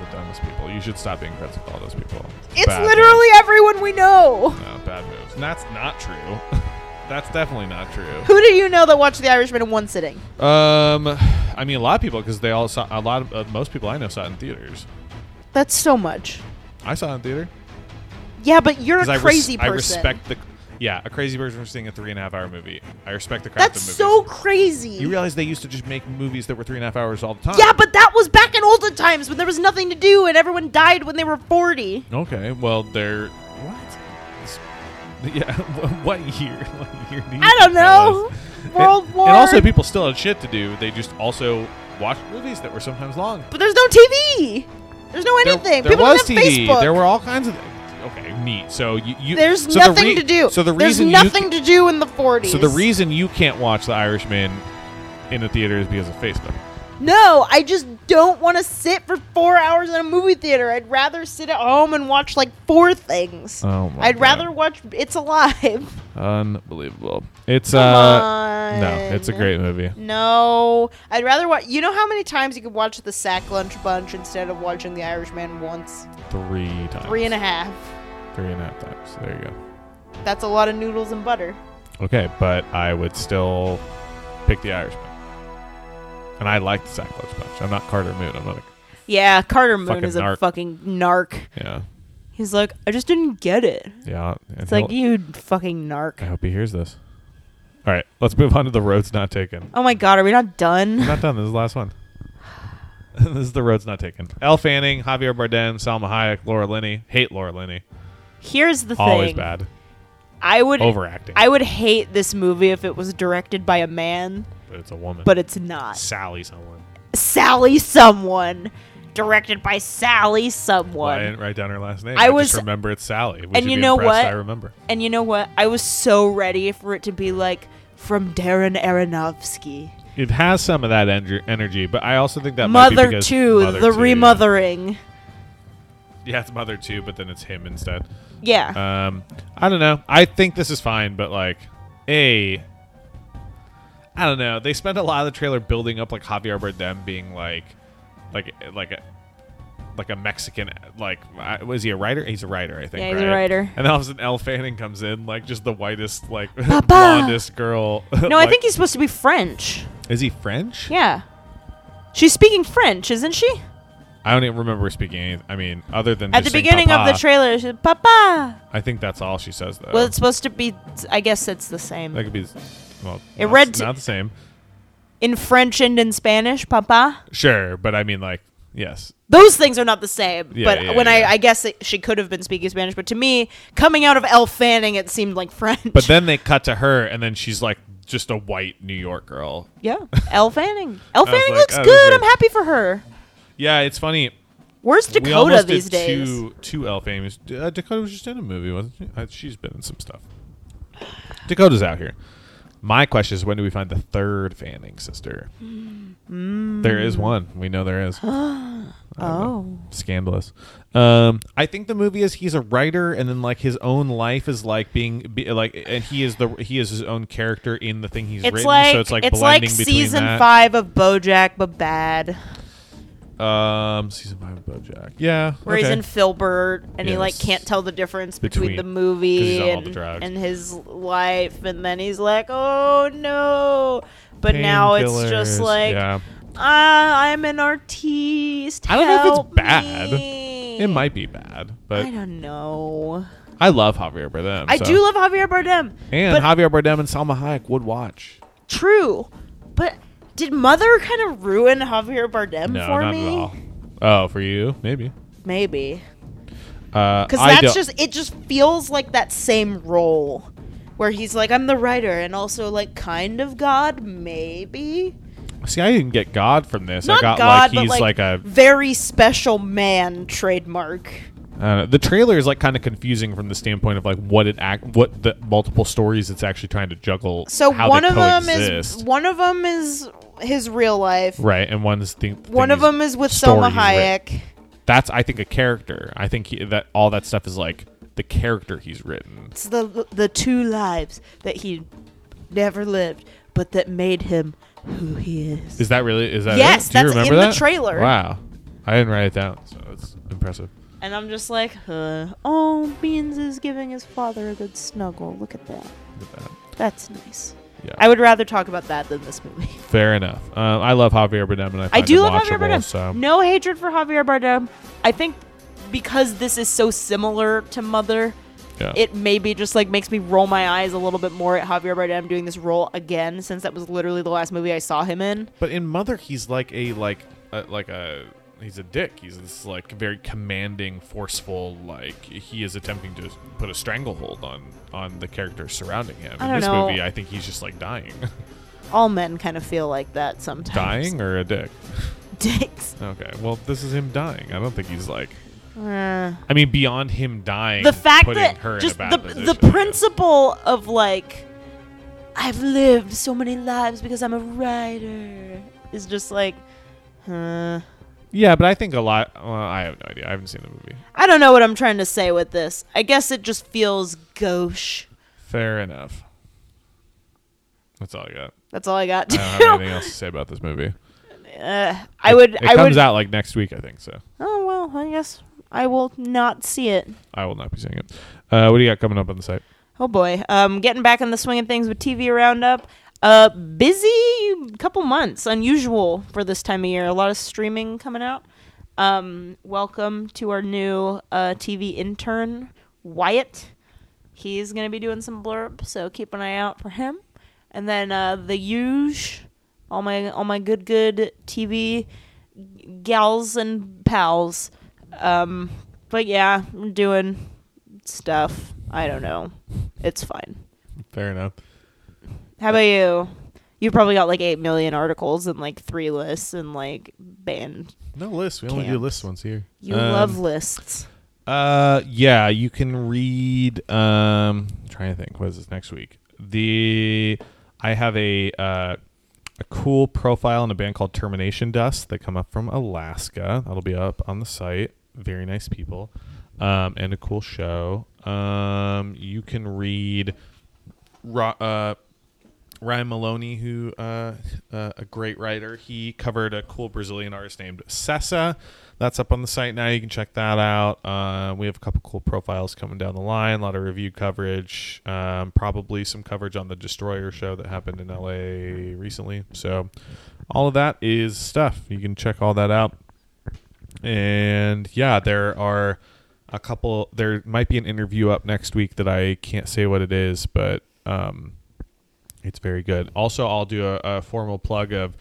the dumbest people. You should stop being friends with all those people. It's Bad literally everyone we know. moves. no, uh, bad moves. And that's not true. that's definitely not true. Who do you know that watched The Irishman in one sitting? Um, I mean, a lot of people because they all saw a lot of uh, most people I know saw it in theaters. That's so much. I saw it in theater. Yeah, but you're 'Cause I a res- crazy person. I respect the. Yeah, a crazy person for seeing a three and a half hour movie. I respect the craft That's of movies. so crazy. You realize they used to just make movies that were three and a half hours all the time. yeah, but that was back in olden times when there was nothing to do and everyone died when they were 40. okay, well they're what? It's- Yeah, what year? What year do you I don't tell know. us? World and, War. And also, people still had shit to do. They just also watched movies that were sometimes long. But there's no TV. There's no There- anything. There, people was don't have TV. Facebook. There were all kinds of. Okay, neat. So you, you There's so the nothing re- to do. So the There's reason you nothing to do in the 40s. So the reason you can't watch The Irishman in the theater is because of Facebook. No, I just don't want to sit for four hours in a movie theater. I'd rather sit at home and watch like four things. Oh my I'd God. rather watch It's Alive. Unbelievable. It's Come uh on. no, it's a great movie. No, I'd rather watch. You know how many times you could watch The Sack Lunch Bunch instead of watching The Irishman once? Three times. Three and a half. Three and a half times. There you go. That's a lot of noodles and butter. Okay, but I would still pick The Irishman. And I like the Sackless Bunch. I'm not Carter Moon. I'm not. A, Yeah, Carter Moon Fucking is a narc. fucking narc. yeah, He's like, I just didn't get it. yeah. and It's like he'll- you fucking narc. I hope he hears this. All right, let's move on to the roads not taken. Oh my god, are we not done? We're not done. This is the last one. this is the roads not taken. Elle Fanning, Javier Bardem, Salma Hayek, Laura Linney. Hate Laura Linney. Here's the thing. Always bad. I would Overacting. I would hate this movie if it was directed by a man, But it's a woman. but it's not. Sally someone. Sally someone directed by Sally Well, someone. I didn't write down her last name. I I, was- just remember it's Sally. Would and you, you be know impressed what? I remember. And you know what? I was so ready for it to be like from Darren Aronofsky, It has some of that ener- energy, but I also think that might be Mother because Two, Mother the Two, remothering. Yeah, it's Mother Two, but then it's him instead. Yeah. Um, I don't know. I think this is fine, but like, a, I don't know. They spent a lot of the trailer building up like Javier Bardem being like, like, like a. Like a Mexican, like I- was he a writer? He's a writer, I think. Yeah, he's a right? writer. And then all of a sudden, Elle Fanning comes in, like just the whitest, like Papa! blondest girl. No, I think he's supposed to be French. is he French? Yeah. She's speaking French, isn't she? I don't even remember her speaking. Any, I mean, other than At the just saying beginning of "Papa," Oh. the trailer, she said, Papa. I think that's all she says though. Well, it's supposed to be. I guess it's the same. that could be. Well, It not- read- not the same. in French and in Spanish, Papa. Sure, but I mean, like, yes, Those things are not the same. Yeah, but yeah, when yeah. I, I guess it, she could have been speaking Spanish, but to me, coming out of Elle Fanning, it seemed like French. but then they cut to her, and then she's like just a white New York girl. yeah, Elle Fanning. Elle I was Fanning like, looks oh, this is good. weird. I'm happy for her. Yeah, it's funny. Where's We Dakota almost these did days? Two, two L famous. Uh, Dakota was just in a movie, wasn't she? Uh, she's been in some stuff. Dakota's out here. My question is, when do we find the third Fanning sister? Mm. There is one. We know there is. Oh. scandalous. Um, I think the movie is he's a writer, and then like his own life is like being be, like, and he is the he is his own character in the thing he's It's written. like, so it's it's like like blending between season that. five of BoJack, but bad. Um, season five of BoJack. Yeah, Where he's okay. in Filbert and he like Yes. can't tell the difference Between- between, the 'cause movie he's on all and, the drugs. and his life, and then he's like, "Oh no!" But now it's just Painkillers, like, yeah. "Ah, I'm an artiste." I don't know if help it's bad. me." It might be bad, but I I, don't know. love Javier Bardem. I so- do love Javier Bardem, and but Javier Bardem and Salma Hayek would watch. true. But did Mother kind of ruin Javier Bardem no, for not me? at all. Oh, for you, maybe. Uh, Maybe. Because Because that's just it. Just feels like that same role, where he's like, I'm the writer and also like kind of God, maybe see. I didn't get God from this. not I got God, like he's but like, like a very special man trademark. Uh, the trailer is like kind of confusing from the standpoint of like what it act, what the multiple stories it's actually trying to juggle. So how one they of them is coexist. one of them is his real life. right, and one's the thing One of he's- them is with story Selma he's writ- Hayek. That's I think a character. I think he, that all that stuff is like the character he's written. It's the the two lives that he never lived, but that made him who he is. Is that really? Is that? Yes, it? Do you that's remember in the that? trailer. Wow, I didn't write it down, so it's impressive. And I'm just like, huh. oh, Beans is giving his father a good snuggle. Look at that. Look at that. That's nice. Yeah. I would rather talk about that than this movie. Fair enough. Um, I love Javier Bardem, and I, I find do him love Javier watchable, Bardem. So. No hatred for Javier Bardem. I think because this is so similar to Mother, Yeah. it maybe just like makes me roll my eyes a little bit more at Javier Bardem doing this role again, since that was literally the last movie I saw him in. But in Mother, he's like a like a, like a he's a dick. He's this like very commanding, forceful. Like he is attempting to put a stranglehold on on the characters surrounding him. I In don't this know. movie, I think he's just like dying, All men kind of feel like that sometimes. dying or a dick. Dicks. Okay, well this is him dying. I don't think he's like. Uh. I mean, beyond him dying, the fact putting that her just in a the bad the position, I guess. principle of like I've lived so many lives because I'm a writer is just like huh. Yeah, but I think a lot. Well, I have no idea. I haven't seen the movie. I don't know what I'm trying to say with this. I guess it just feels gauche. Fair enough. That's all I got. That's all I got. I too. don't have anything else to say about this movie. Uh, I would. It I comes would. out like next week, I think. So Oh well, I guess I will not see it. I will not be seeing it. Uh, what do you got coming up on the site? Oh boy, um, getting back in the swing of things with TV Roundup. Uh, busy couple months, unusual for this time of year. A lot of streaming coming out. Um, welcome to our new uh, TV intern, Wyatt. He's gonna be doing some blurb, so keep an eye out for him. And then uh, the huge, all my all my good good TV gals and pals. Um, but yeah, I'm doing stuff. I don't know. It's fine. Fair enough. How about you? you've probably got like eight million articles and like three lists and like banned. No lists. We only do camps. lists once a year. You Um, love lists. Uh, yeah, you can read. Um, I'm trying to think, what is this next week? The I have a uh, a cool profile in a band called Termination Dust. They come up from Alaska. That'll be up on the site. Very nice people, um, and a cool show. Um, you can read. Ro- uh, Ryan Maloney, who uh, uh, a great writer, he covered a cool Brazilian artist named Sessa. That's up on the site now. You can check that out. Uh, we have a couple cool profiles coming down the line. A lot of review coverage. Um, probably some coverage on the Destroyer show that happened in LA recently. So, all of that is stuff. You can check all that out. And yeah, there are a couple. There might be an interview up next week that I can't say what it is, but um, it's very good. Also, I'll do a, a formal plug of.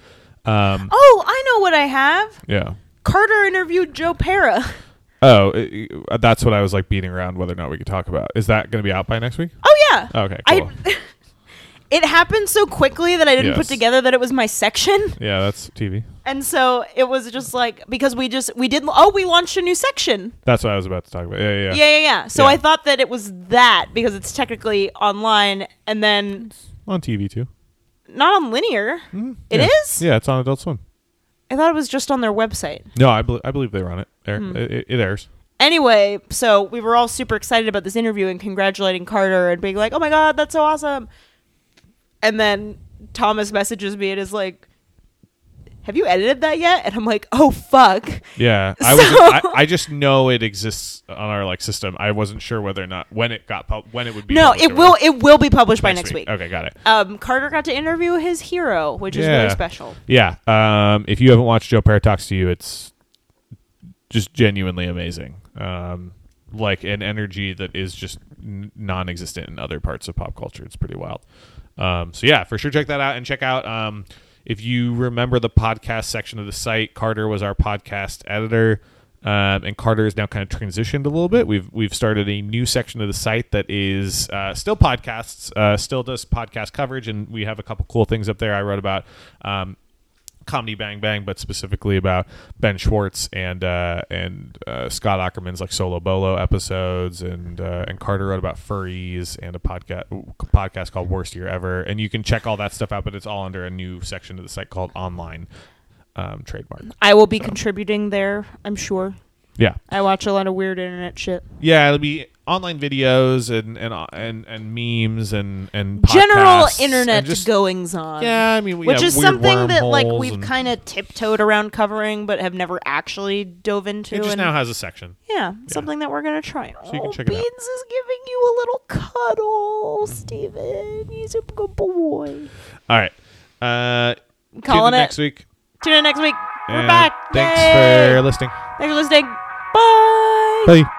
Um, Oh, I know what I have. Yeah. Carter interviewed Joe Para. Oh, it- it- that's what I was like beating around whether or not we could talk about. Is that going to be out by next week? Oh yeah. Okay, I- cool. It happened so quickly that I didn't put Yes. together that it was my section. yeah, that's TV. And so it was just like because we just we did oh we launched a new section. That's what I was about to talk about. Yeah, yeah, yeah. Yeah, yeah, yeah. So Yeah. I thought that it was that because it's technically online and then on TV too. not on linear. It is. It is. Hmm? Yeah, it's on Adult Swim. I thought it was just on their website. No, I, bel I believe they run it. Air- Hmm. it, it- it airs. Anyway, so we were all super excited about this interview and congratulating Carter and being like, "Oh my god, that's so awesome!" And then Thomas messages me and is like, "Have you edited that yet?" And I'm like, "Oh fuck." Yeah, I was. I, I just know it exists on our like system. I wasn't sure whether or not when it got pub- when it would be. no, published it or will whatever. it will be published by next week. Okay, got it. Um, Carter got to interview his hero, which is really special. Yeah. Um, if you haven't watched Joe Parra Talks to You, it's just genuinely amazing. Um, like an energy that is just n- non-existent in other parts of pop culture. It's pretty wild. Um, so yeah, for sure, check that out and check out. Um, if you remember the podcast section of the site, Carter was our podcast editor. Um, and Carter is now kind of transitioned a little bit. We've we've started a new section of the site that is uh, still podcasts, uh, still does podcast coverage, and we have a couple cool things up there. I wrote about um, comedy Bang Bang, but specifically about Ben Schwartz and uh, and uh, Scott Ackerman's like solo bolo episodes, and uh, and Carter wrote about furries and a podcast podcast called Worst Year Ever, and you can check all that stuff out, but it's all under a new section of the site called Online um, Trademark. I will be contributing there, I'm sure. Yeah. I watch a lot of weird internet shit. Yeah, it'll be online videos and and and, and memes and and General podcasts and internet just- goings on. Yeah, I mean, we which have is weird something that like wormholes we've and- kind of tiptoed around covering, but have never actually dove into. It just and- now has a section. Yeah, something that we're gonna try. So you can Oh, check it out. Beans is giving you a little cuddle, Steven. He's a good boy. All right. Uh, tune in Calling it. next week. Tune in next week. We're And back. Thanks Yay! for listening. Thanks for listening. Bye. Bye.